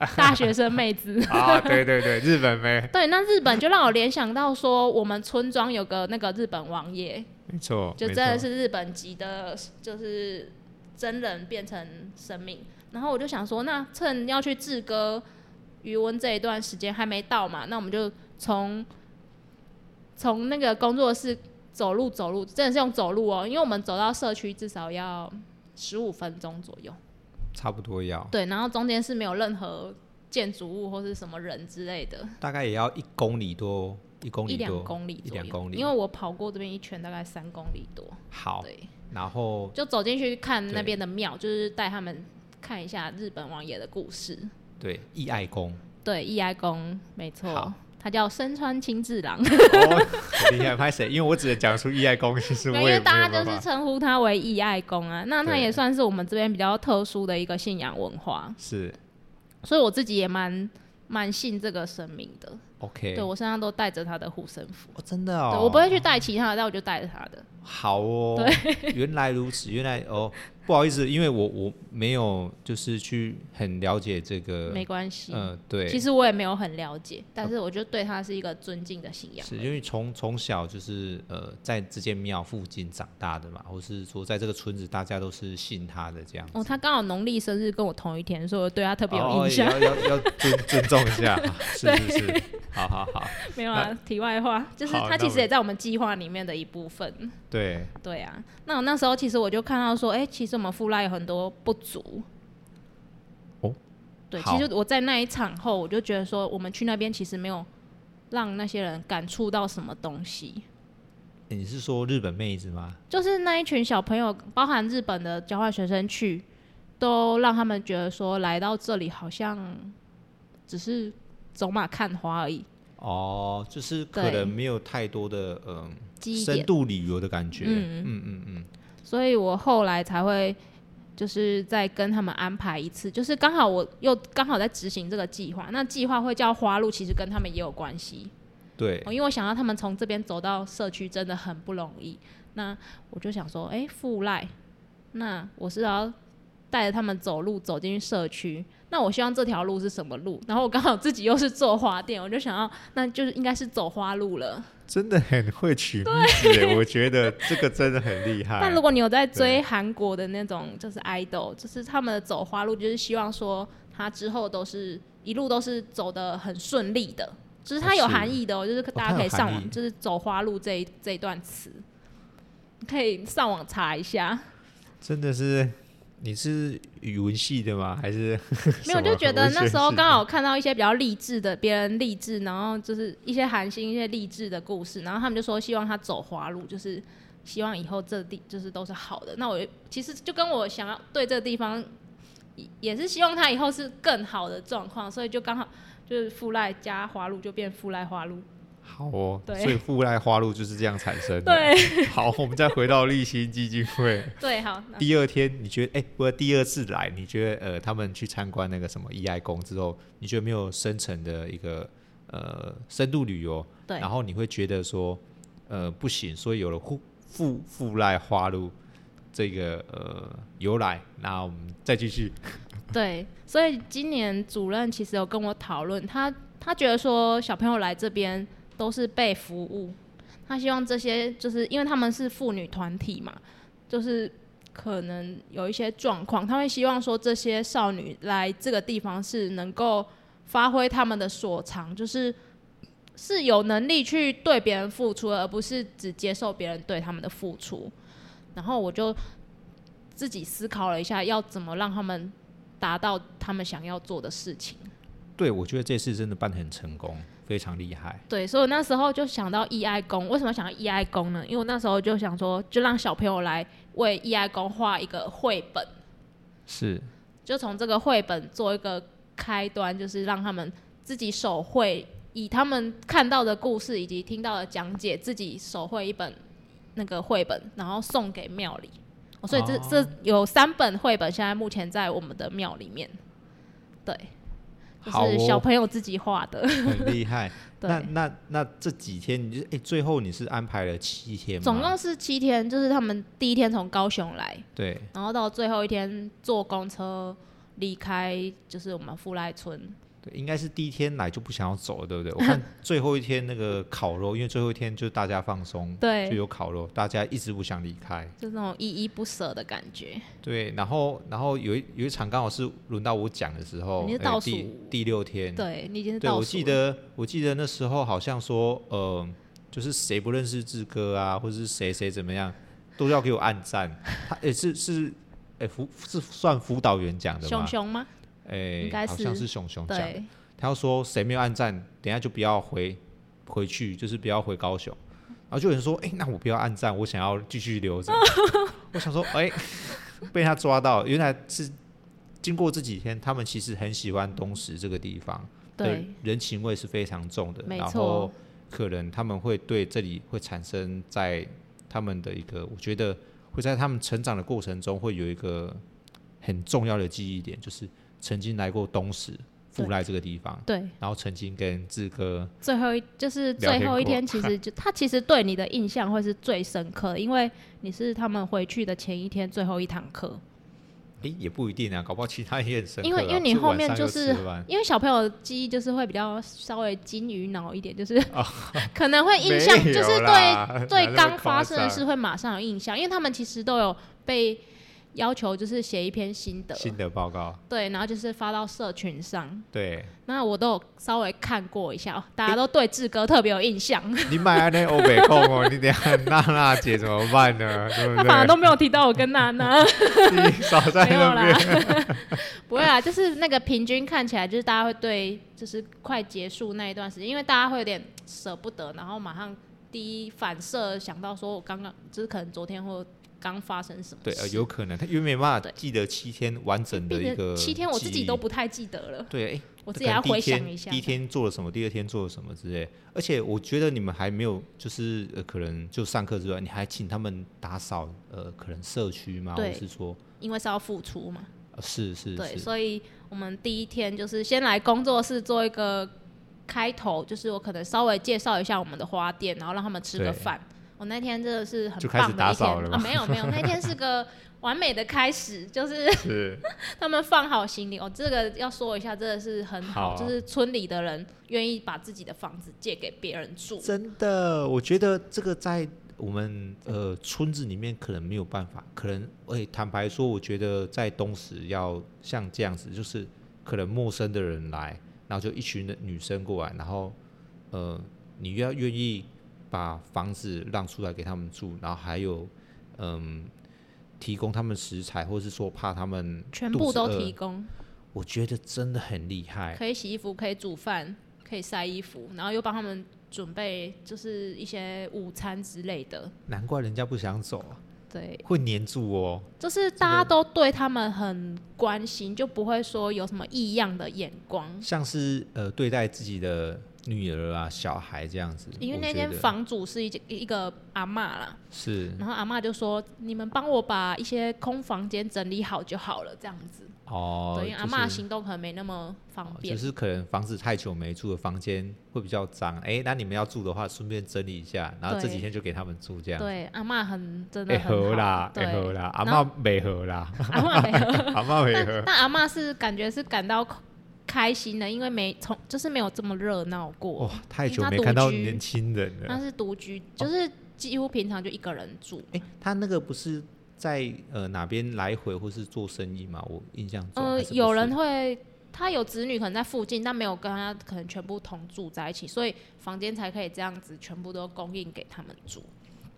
Speaker 2: 个大学生妹子。
Speaker 1: 啊，对对对，日本妹，
Speaker 2: 对，那日本就让我联想到说，我们村庄有个那个日本王爷，
Speaker 1: 没
Speaker 3: 哦
Speaker 1: 错，
Speaker 2: 就
Speaker 1: 没
Speaker 2: 真的
Speaker 1: 错
Speaker 2: 是日本籍的，就是真人变成神明。然后我就想说，那趁要去志哥余温这一段时间还没到嘛，那我们就从从那个工作室走路走路，真的是用走路哦，因为我们走到社区至少要十五分钟左右。
Speaker 3: 差不多要，
Speaker 2: 对，然后中间是没有任何建筑物或是什么人之类的，
Speaker 3: 大概也要一公里多，一公
Speaker 2: 一
Speaker 3: 里
Speaker 2: 两
Speaker 3: 多，
Speaker 2: 公里
Speaker 3: 一
Speaker 2: 左
Speaker 3: 两
Speaker 2: 右。
Speaker 3: 公里
Speaker 2: 因为我跑过这边一圈，大概三公里多。
Speaker 3: 好，
Speaker 2: 对。
Speaker 3: 然后
Speaker 2: 就走进去看那
Speaker 3: 对
Speaker 2: 边的庙，就是带他们看一下日本王爷的故事。
Speaker 3: 对义 爱宫，
Speaker 2: 对，义哀公，没错
Speaker 3: 好，
Speaker 2: 他叫深川清治郎，
Speaker 1: 哦，很厉害，拍谁？因为我只能讲出意爱公，其实
Speaker 2: 因
Speaker 1: 我也
Speaker 2: 为
Speaker 1: 没
Speaker 2: 大
Speaker 1: 有
Speaker 2: 家
Speaker 1: 办
Speaker 2: 就是
Speaker 1: 法。
Speaker 2: 称呼他为义哀公啊。那他
Speaker 1: 对
Speaker 2: 也算是我们这边比较特殊的一个信仰文化，
Speaker 1: 是
Speaker 2: 所以我自己也蛮蛮信这个神明的。
Speaker 3: OK，
Speaker 2: 对我身上都带着他的护身符，
Speaker 3: 哦，真的
Speaker 2: 对
Speaker 3: 哦，
Speaker 2: 我不会去带其他的，但我就带着他的。
Speaker 3: 好哦，原来如此，原来哦，不好意思，因为我我没有就是去很了解这
Speaker 1: 呃
Speaker 3: 个，
Speaker 2: 没关系。
Speaker 3: 嗯，对，
Speaker 2: 其实我也没有很了解，但是我就对他是一个尊敬的信仰。
Speaker 3: 是因为从从小就是呃，在这间庙附近长大的嘛，或是说在这个村子，大家都是信他的这样子。
Speaker 2: 哦，他刚好农历生日跟我同一天，所以我对他特
Speaker 3: 特
Speaker 2: 别
Speaker 1: 哦
Speaker 2: 有印象。
Speaker 3: 要要要尊尊重一下，是是是，好好好，
Speaker 2: 没有啊，题外话，就是
Speaker 1: 好
Speaker 2: 他
Speaker 1: 那
Speaker 2: 其
Speaker 1: 我
Speaker 2: 实
Speaker 1: 们
Speaker 2: 也在我们计划里面的一部分。
Speaker 1: 对，
Speaker 2: 对啊，那我那时候其实我就看到说，哎、其实我们富拉有很多不足。
Speaker 3: 哦，
Speaker 2: 对，其
Speaker 3: 好
Speaker 2: 实我在那一场后，我就觉得说，我们去那边其实没有让那些人感触到什么东西。
Speaker 3: 你是说日本妹子吗？
Speaker 2: 就是那一群小朋友，包含日本的交换学生去，都让他们觉得说来到这里好像只是走马看花而已，
Speaker 3: 哦，就是可
Speaker 2: 对
Speaker 3: 能没有太多的
Speaker 1: 呃
Speaker 3: 嗯、
Speaker 2: 记忆
Speaker 3: 深
Speaker 2: 点。
Speaker 3: 度旅游的感觉，
Speaker 2: 嗯
Speaker 3: 嗯嗯嗯，
Speaker 2: 所以我后来才会就是再跟他们安排一次，就是刚好我又刚好在执行这个计划。那计划会叫花路，其实跟他们也有关系、
Speaker 3: 对
Speaker 2: 哦，因为我想要他们从这边走到社区真的很不容易。那我就想说，哎、富赖，那我是要带着他们走路走进去社区。那我希望这条路是什么路？然后我刚好自己又是做花店，我就想要，那就是应该是走花路了。
Speaker 1: 真的很会取名字 耶，我觉得这个真的很厉害。
Speaker 2: 但如果你有在追
Speaker 1: 对
Speaker 2: 韩国的那种，就是 idol，就是他们的走花路，就是希望说他之后都是一路都是走的很顺利的，就是它
Speaker 3: 哦
Speaker 2: 有
Speaker 3: 是
Speaker 2: 含义的、哦，就是大家
Speaker 3: 它
Speaker 2: 可以
Speaker 3: 有
Speaker 2: 上
Speaker 3: 含
Speaker 2: 网，
Speaker 3: 义
Speaker 2: 就是走花路这一这一段词，你可以上网查一下。
Speaker 1: 真的是，你是语文系的吗？还是
Speaker 2: 没有，
Speaker 1: 什么
Speaker 2: 就觉得
Speaker 1: 文学
Speaker 2: 那时候
Speaker 1: 系
Speaker 2: 刚好看到一些比较励志的，别人励志，然后就是一些韩星一些励志的故事，然后他们就说希望他走花路，就是希望以后这地就是都是好的。那我也其实就跟我想要对这个地方也也是希望他以后是更好的状况，所以就刚好就是富赖加花路就变富赖花路。
Speaker 1: 好哦，
Speaker 2: 对
Speaker 1: 所以富赖花路就是这样产生的。
Speaker 2: 对
Speaker 1: 好，我们再回到立新基金会。
Speaker 2: 对，好，那
Speaker 1: 第二天，你觉得哎、不是第二次来，你觉得呃，他们去参观那个什么义爱宫之后，你觉得没有深层的一个呃深度旅游，
Speaker 2: 对
Speaker 1: 然后你会觉得说呃不行，所以有了富富富赖花路这个呃由来，那我们再继续
Speaker 2: 对，所以今年主任其实有跟我讨论，他他觉得说小朋友来这边都是被服务，他希望这些就是因为他们是妇女团体嘛，就是可能有一些状况，他会希望说这些少女来这个地方是能够发挥他们的所长，就是。是有能力去对别人付出的，而不是只接受别人对他们的付出。然后我就自己思考了一下，要怎么让他们达到他们想要做的事情。
Speaker 3: 对，我觉得这次真的办得很成功，非常厉害。
Speaker 2: 对，所以我那时候就想到义爱宫，为什么想要义爱宫呢？因为我那时候就想说，就让小朋友来为义爱宫画一个绘本，
Speaker 3: 是
Speaker 2: 就从这个绘本做一个开端，就是让他们自己手绘以他们看到的故事以及听到的讲解，自己手绘一本那个绘本，然后送给庙里。哦所以这、
Speaker 3: 哦
Speaker 2: 这有三本绘本，现在目前在我们的庙里面。对，就
Speaker 3: 好哦
Speaker 2: 是小朋友自己画的。
Speaker 3: 很厉害。那
Speaker 2: 对，
Speaker 3: 那那这几天你就哎、最后你是安排了七天吗？
Speaker 2: 总共是七天，就是他们第一天从高雄来，
Speaker 3: 对
Speaker 2: 然后到最后一天坐公车离开，就是我们富赖村。
Speaker 3: 对，应该是第一天来就不想要走了，对不对？我 看最后一天那个烤肉，因为最后一天就大家放松，
Speaker 2: 对
Speaker 3: 就有烤肉，大家一直不想离开。
Speaker 2: 就那种依依不舍的感觉，
Speaker 3: 对，然后然后有一有一场刚好是轮到我讲的时候，
Speaker 2: 你是
Speaker 3: 哎
Speaker 2: 倒
Speaker 3: 第
Speaker 2: 数
Speaker 3: 第六天，
Speaker 2: 对你已经是
Speaker 3: 对，
Speaker 2: 倒数
Speaker 3: 我
Speaker 2: 了。
Speaker 3: 记得我记得那时候好像说，呃，就是谁不认识志哥啊，或者是谁谁怎么样，都要给我按赞。他也、是是，哎、辅是算辅导员讲的
Speaker 2: 熊
Speaker 3: 吗？
Speaker 2: 熊吗？
Speaker 3: 哎、
Speaker 2: 应该
Speaker 3: 好像
Speaker 2: 是
Speaker 3: 是熊熊讲的。
Speaker 2: 对，
Speaker 3: 他要说谁没有按赞，等一下就不要回回去，就是不要回高雄。然后就有人说，哎、那我不要按赞，我想要继 续留着。我想说，哎、 被他抓到，原来是经过这几天，他们其实很喜欢东石这个地方。
Speaker 2: 对，，
Speaker 3: 人情味是非常重的，
Speaker 2: 没
Speaker 3: 然后
Speaker 2: 错
Speaker 3: 可能他们会对这里会产生在他们的一个，我觉得会在他们成长的过程中会有一个很重要的记忆点，就是曾经来过东石富
Speaker 2: 对
Speaker 3: 赖这个地方，
Speaker 2: 对，
Speaker 3: 然后曾经跟志哥
Speaker 2: 最后一就是
Speaker 3: 聊天
Speaker 2: 最后一
Speaker 3: 过
Speaker 2: 天，其 实就他其实对你的印象会是最深刻，因为你是他们回去的前一天最后一堂课，
Speaker 3: 诶，也不一定啊，搞不好其他也很深刻啊、
Speaker 2: 因为因为你
Speaker 3: 是
Speaker 2: 后
Speaker 3: 晚
Speaker 2: 面
Speaker 3: 上
Speaker 2: 就
Speaker 3: 又吃
Speaker 2: 是
Speaker 3: 完
Speaker 2: 因为小朋友的记忆就是会比较稍微金鱼脑一点，就是 可能会印象就是对对刚发生的事会马上有印象，因为他们其实都有被要求就是写一篇心得，
Speaker 3: 新的报告，
Speaker 2: 对，然后就是发到社群上，
Speaker 3: 对，
Speaker 2: 那我都有稍微看过一下，哦大家都对志哥特别有印象。
Speaker 3: 你买那欧北控哦，你等一下 娜娜姐怎么办呢？ 对不
Speaker 2: 他反而
Speaker 3: 对？
Speaker 2: 都没有提到我跟娜娜，
Speaker 3: 你少在
Speaker 2: 没有
Speaker 3: 那边
Speaker 2: 啦， 不会啦，就是那个平均看起来，就是大家会对，就是快结束那一段时间，因为大家会有点舍不得，然后马上第一反射想到说，我刚刚就是可能昨天或刚发生什么
Speaker 3: 对，呃，
Speaker 2: 事
Speaker 3: 有可能他因为没办法
Speaker 2: 对
Speaker 3: 记得七天完整的
Speaker 2: 并
Speaker 3: 一
Speaker 2: 且
Speaker 3: 个
Speaker 2: 七天我自己都
Speaker 3: 记
Speaker 2: 不太记得了
Speaker 3: 忆，对，哎，
Speaker 2: 我自
Speaker 3: 可
Speaker 2: 己还
Speaker 3: 能
Speaker 2: 要
Speaker 3: 第一
Speaker 2: 回想
Speaker 3: 天
Speaker 2: 一下
Speaker 3: 第。一天做了什么，第二天做了什么之类。而且我觉得你们还没有，就是呃，可能就上课之外，你还请他们打扫，呃，可能社区吗？或
Speaker 2: 对
Speaker 3: 是说，
Speaker 2: 因为是要付出嘛，
Speaker 3: 呃是是
Speaker 2: 对，
Speaker 3: 是，
Speaker 2: 所以我们第一天就是先来工作室做一个开头，就是我可能稍微介绍一下我们的花店，然后让他们吃
Speaker 3: 对
Speaker 2: 个饭。我那天真的是很
Speaker 3: 就开始
Speaker 2: 棒的
Speaker 3: 打
Speaker 2: 一
Speaker 3: 扫了
Speaker 2: 天啊！
Speaker 3: 吗
Speaker 2: 没有没 有，那天是个完美的开始，就是
Speaker 3: 是
Speaker 2: 他们放好行李。哦，这个要说一下，真的是很好，
Speaker 3: 好
Speaker 2: 就是村里的人愿意把自己的房子借给别人住。
Speaker 3: 真的，我觉得这个在我们呃村子里面可能没有办法，可能哎、坦白说，我觉得在东石要像这样子，就是可能陌生的人来，然后就一群的女生过来，然后呃，你要愿意把房子让出来给他们住，然后呃还有嗯、提供他们食材，或是说怕他们
Speaker 2: 全
Speaker 3: 肚
Speaker 2: 部
Speaker 3: 子
Speaker 2: 都
Speaker 3: 饿哎
Speaker 2: 提，供，
Speaker 3: 我觉得真的很厉害。
Speaker 2: 可以洗衣服，可以煮饭，可以晒衣服，然后又帮他们准备就是一些午餐之类的。
Speaker 3: 难怪人家不想走，
Speaker 2: 对，
Speaker 3: 会黏住哦。
Speaker 2: 就是大家都对他们很关心，就不会说有什么异样的眼光。
Speaker 3: 像是呃对待自己的女儿啊、小孩这样子。
Speaker 2: 因为
Speaker 3: 我
Speaker 2: 那
Speaker 3: 觉
Speaker 2: 间
Speaker 3: 得
Speaker 2: 房主是一间一个阿嬷啦，
Speaker 3: 是
Speaker 2: 然后阿嬷就说：“你们帮我把一些空房间整理好就好了，这样子。
Speaker 3: 哦，
Speaker 2: 对，因为阿
Speaker 3: 就
Speaker 2: 嬷
Speaker 3: 是
Speaker 2: 行动可能没那么方
Speaker 3: 哦
Speaker 2: 便。
Speaker 3: 就是可能房子太久没住的房间会比较脏，哎、那你们要住的话，顺便整理一下，然后这
Speaker 2: 对
Speaker 3: 几天就给他们住这样。，
Speaker 2: 对，阿嬷很真
Speaker 3: 哎
Speaker 2: 的很好，
Speaker 3: 合啦，
Speaker 2: 对，
Speaker 3: 哎合啦，阿
Speaker 2: 然后
Speaker 3: 妈没合啦，
Speaker 2: 阿嬷没有。
Speaker 3: 阿妈没
Speaker 2: 但
Speaker 3: 合。
Speaker 2: 但阿嬷是感觉是感到开心的，因为没从就是没有这么热闹
Speaker 3: 哇、
Speaker 2: 过。
Speaker 3: 太
Speaker 2: 因
Speaker 3: 久
Speaker 2: 为他
Speaker 3: 没
Speaker 2: 独
Speaker 3: 看到
Speaker 2: 居
Speaker 3: 年轻人
Speaker 2: 她
Speaker 3: 了。
Speaker 2: 是独居，就是几乎平常就一个人住。
Speaker 3: 哎、他那个不是在呃哪边来回或是做生意吗？我印象中
Speaker 2: 呃
Speaker 3: 还，是不
Speaker 2: 有
Speaker 3: 是
Speaker 2: 人会，他有子女可能在附近，但没有跟他可能全部同住在一起，所以房间才可以这样子全部都供应给他们住。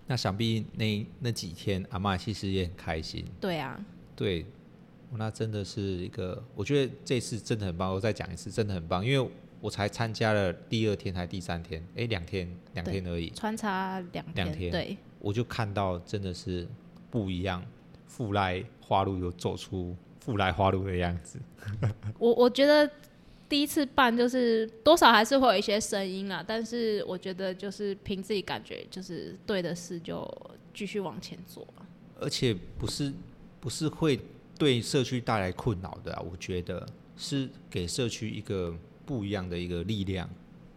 Speaker 3: 那想必那那几天阿妈其实也很开心。
Speaker 2: 对啊，
Speaker 3: 对，那真的是一个，我觉得这次真的很棒。我再讲一次，真的很棒，因为我才参加了第二天还第三天，诶，两天两天而已，
Speaker 2: 穿插两
Speaker 3: 两
Speaker 2: 天，
Speaker 3: 天
Speaker 2: 对，
Speaker 3: 我就看到真的是不一样，富来花路有走出富来花路的样子。
Speaker 2: 我我觉得第一次办就是多少还是会有一些声音啦，但是我觉得就是凭自己感觉，就是对的事就继续往前做吧。
Speaker 3: 而且不是不是会对社区带来困扰的啊，我觉得是给社区一个不一样的一个力量，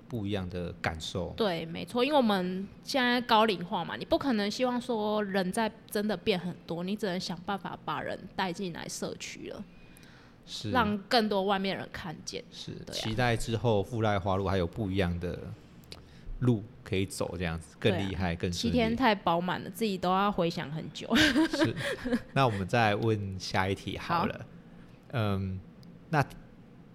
Speaker 3: 不一样的感受。
Speaker 2: 对，没错，因为我们现在高龄化嘛，你不可能希望说人在真的变很多，你只能想办法把人带进来社区了，
Speaker 3: 是
Speaker 2: 让更多外面人看见。
Speaker 3: 是，
Speaker 2: 对啊
Speaker 3: 期待之后富赖花路还有不一样的路可以走，这样子更
Speaker 2: 对啊
Speaker 3: 厉害，更
Speaker 2: 七
Speaker 3: 顺利
Speaker 2: 天太饱满了，自己都要回想很久。
Speaker 3: 是，那我们再问下一题好了。嗯，那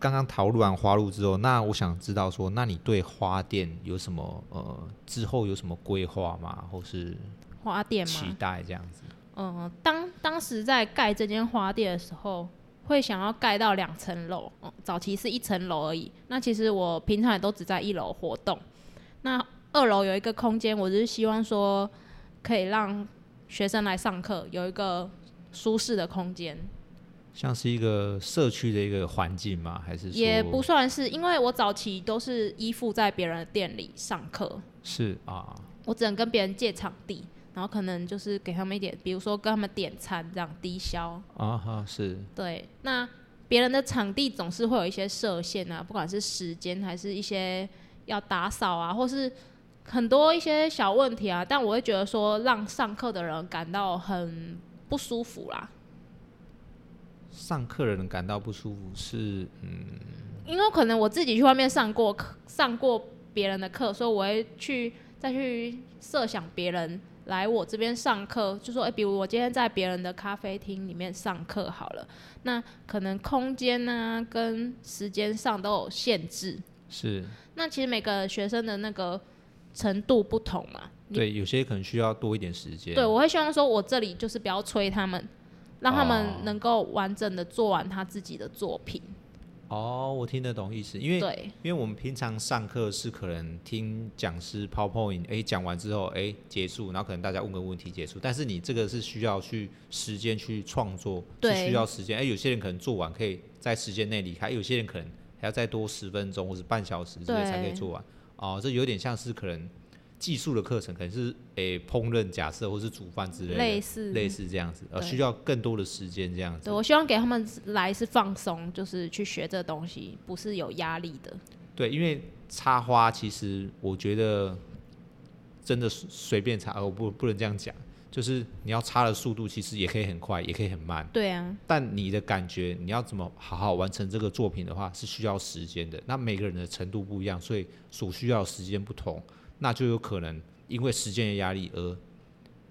Speaker 3: 刚刚讨论完花路之后，那我想知道说，那你对花店有什么呃之后有什么规划吗？或是
Speaker 2: 花店
Speaker 3: 期
Speaker 2: 吗？
Speaker 3: 待这样子？
Speaker 2: 嗯，当当时在盖这间花店的时候，会想要盖到两层楼、哦早期是一层楼而已。那其实我平常也都只在一楼活动。那二楼有一个空间，我就是希望说可以让学生来上课，有一个舒适的空间。
Speaker 3: 像是一个社区的一个环境吗？还是说
Speaker 2: 也不算是，因为我早期都是依附在别人的店里上课，
Speaker 3: 是啊？
Speaker 2: 我只能跟别人借场地，然后可能就是给他们一点，比如说跟他们点餐这样低消，
Speaker 3: 啊哈，是
Speaker 2: 对，那别人的场地总是会有一些设限啊，不管是时间还是一些要打扫啊，或是很多一些小问题啊。但我会觉得说，让上课的人感到很不舒服啦，
Speaker 3: 上课的人感到不舒服是嗯
Speaker 2: 因为可能我自己去外面上过课，上过别人的课，所以我会去再去设想别人来我这边上课，就说，诶，比如我今天在别人的咖啡厅里面上课好了，那可能空间呢、跟时间上都有限制。
Speaker 3: 是
Speaker 2: 那其实每个学生的那个程度不同嘛。你
Speaker 3: 对，有些可能需要多一点时间。
Speaker 2: 对，我会希望说，我这里就是不要催他们，让他
Speaker 3: 哦
Speaker 2: 们能够完整的做完他自己的作品。
Speaker 3: 哦，我听得懂意思，因为
Speaker 2: 对，
Speaker 3: 因为我们平常上课是可能听讲师 PowerPoint，哎，讲完之后，哎，结束，然后可能大家问个问题结束。但是你这个是需要去时间去创作，是
Speaker 2: 对
Speaker 3: 需要时间。哎，有些人可能做完可以在时间内离开，有些人可能还要再多十分钟或者半小时之类才可以
Speaker 2: 对
Speaker 3: 做完。哦，这有点像是可能技术的课程，可能是诶烹饪假设或是煮饭之类的，
Speaker 2: 类似
Speaker 3: 类似这样子，呃，
Speaker 2: 对
Speaker 3: 需要更多的时间这样子
Speaker 2: 对。我希望给他们来是放松，就是去学这东西，不是有压力的。
Speaker 3: 对，因为插花其实我觉得真的随随便插，呃我不不能这样讲，就是你要插的速度其实也可以很快，也可以很慢，
Speaker 2: 对啊，
Speaker 3: 但你的感觉你要怎么好好完成这个作品的话是需要时间的。那每个人的程度不一样，所以所需要的时间不同，那就有可能因为时间的压力而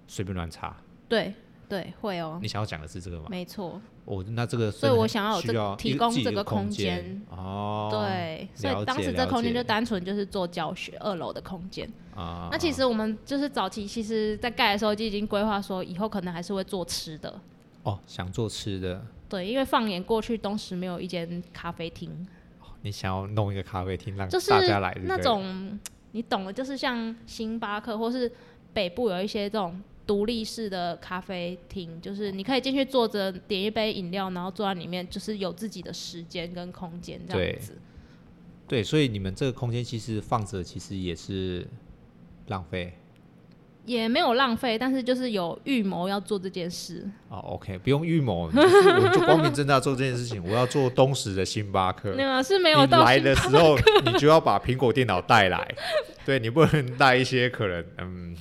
Speaker 3: 随便乱插。
Speaker 2: 对对，会哦，
Speaker 3: 你想要讲的是这个吗？
Speaker 2: 没错，
Speaker 3: 我、那这个
Speaker 2: 所以我想要有
Speaker 3: 需
Speaker 2: 这个
Speaker 3: 要
Speaker 2: 提
Speaker 3: 一个
Speaker 2: 供
Speaker 3: 自己
Speaker 2: 这
Speaker 3: 的
Speaker 2: 个空
Speaker 3: 间
Speaker 2: 间
Speaker 3: 哦，
Speaker 2: 对，所
Speaker 3: 了
Speaker 2: 以当
Speaker 3: 解
Speaker 2: 时这
Speaker 3: 了
Speaker 2: 空间
Speaker 3: 解
Speaker 2: 就单纯就是做教学，二楼的空间。
Speaker 3: 啊，
Speaker 2: 那其实我们就是早期，其实在盖的时候就已经规划说，以后可能还是会做吃的。
Speaker 3: 哦想做吃的，
Speaker 2: 对，因为放眼过去，东石没有一间咖啡厅，
Speaker 3: 你想要弄一个咖啡厅让
Speaker 2: 就是
Speaker 3: 大家来对不
Speaker 2: 那
Speaker 3: 对
Speaker 2: 种你懂的，就是像星巴克或是北部有一些这种独立式的咖啡厅，就是你可以进去坐着点一杯饮料，然后坐在里面，就是有自己的时间跟空间这
Speaker 3: 对
Speaker 2: 样子。
Speaker 3: 对，所以你们这个空间其实放着其实也是浪费
Speaker 2: 也没有浪费，但是就是有预谋要做这件事。
Speaker 3: 哦。OK，不用预谋，你就是我就光明正大做这件事情。我要做东石的星 巴克。
Speaker 2: 那个是没有
Speaker 3: 你
Speaker 2: 到
Speaker 3: 来
Speaker 2: 哦星
Speaker 3: 的时候，你就要把苹果电脑带来，对你不能带一些可能嗯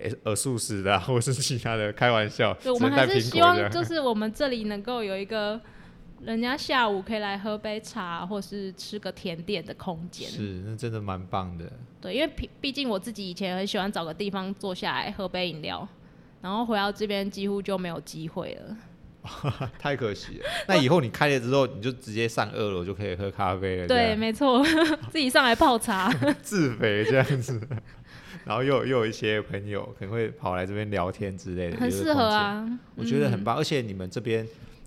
Speaker 3: 诶耳素食的啊或是其他的，开玩笑，只
Speaker 2: 对，我们
Speaker 3: 能带
Speaker 2: 还是
Speaker 3: 苹果
Speaker 2: 希
Speaker 3: 这
Speaker 2: 望
Speaker 3: 样
Speaker 2: 就是我们这里能够有一个人家下午可以来喝杯茶，或是吃个甜点的空间。
Speaker 3: 是那真的蛮棒的。
Speaker 2: 对，因为毕毕竟我自己以前很喜欢找个地方坐下来喝杯饮料，然后回到这边几乎就没有机会了。
Speaker 3: 太可惜 了。那以后你开了之后，你就直接上二楼就可以喝咖啡了。这
Speaker 2: 对，
Speaker 3: 样
Speaker 2: 没错， 自己上来泡茶。
Speaker 3: 自肥这样子，然后又又有一些朋友可能会跑来这边聊天之类的，
Speaker 2: 很
Speaker 3: 有一个
Speaker 2: 适合
Speaker 3: 空间，
Speaker 2: 啊，
Speaker 3: 我觉得很棒。而且你们这边，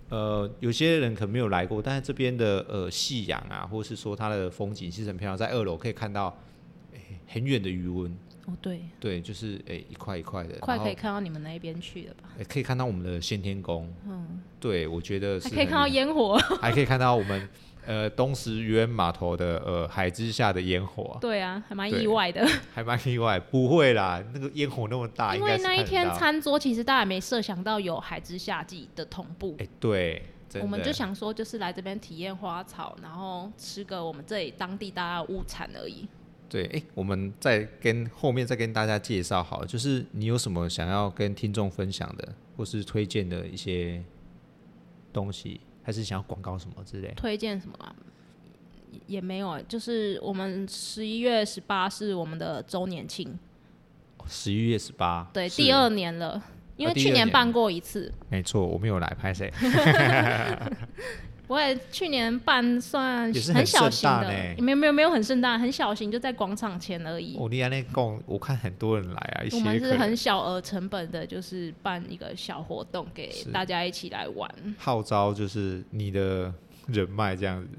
Speaker 3: 呃，有些人可能没有来过，但是这边的呃夕阳啊，或是说它的风景其实很漂亮，在二楼可以看到、诶很远的余温，
Speaker 2: 哦，对，
Speaker 3: 对，就是诶、一块一块的，
Speaker 2: 快可以
Speaker 3: 然后
Speaker 2: 看到你们那一边去了吧？
Speaker 3: 诶可以看到我们的先天宫，
Speaker 2: 嗯，
Speaker 3: 对我觉得是
Speaker 2: 还可以
Speaker 3: 很
Speaker 2: 看到
Speaker 3: 厉
Speaker 2: 烟火，
Speaker 3: 害，还可以看到我们呃东石渔码头的呃海之下的烟火啊，
Speaker 2: 对啊，还蛮
Speaker 3: 对
Speaker 2: 意外的，
Speaker 3: 还蛮意外。不会啦，那个烟火那么大，
Speaker 2: 因
Speaker 3: 应该
Speaker 2: 为
Speaker 3: 是
Speaker 2: 那一
Speaker 3: 看得
Speaker 2: 天
Speaker 3: 到
Speaker 2: 餐桌其实大家也没设想到有海之夏季的同步
Speaker 3: 哎、，对，真
Speaker 2: 我们
Speaker 3: 的
Speaker 2: 就想说就是来这边体验花草，然后吃个我们这里当地大家的物产而已。
Speaker 3: 对，哎、我们再跟后面再跟大家介绍好了，就是你有什么想要跟听众分享的，或是推荐的一些东西，还是想要广告什么之类？
Speaker 2: 推荐什么啊？也没有啊，就是我们十一月十八是我们的周年庆，
Speaker 3: 哦十一月十八，
Speaker 2: 对，
Speaker 3: 是啊
Speaker 2: 第二年了，因为
Speaker 3: 第二
Speaker 2: 去年
Speaker 3: 年
Speaker 2: 办过一次，
Speaker 3: 没错，我们有来 拍谁？
Speaker 2: 不会，去年办算
Speaker 3: 也是很
Speaker 2: 小型
Speaker 3: 盛大呢
Speaker 2: 的，没有没有没有很盛大，很小型，就在广场前而已。
Speaker 3: 我哦你安那共，我看很多人来啊，一些
Speaker 2: 我们是
Speaker 3: 可能
Speaker 2: 很小额成本的，就是办一个小活动给
Speaker 3: 是
Speaker 2: 大家一起来玩，
Speaker 3: 号召，就是你的人脉这样子，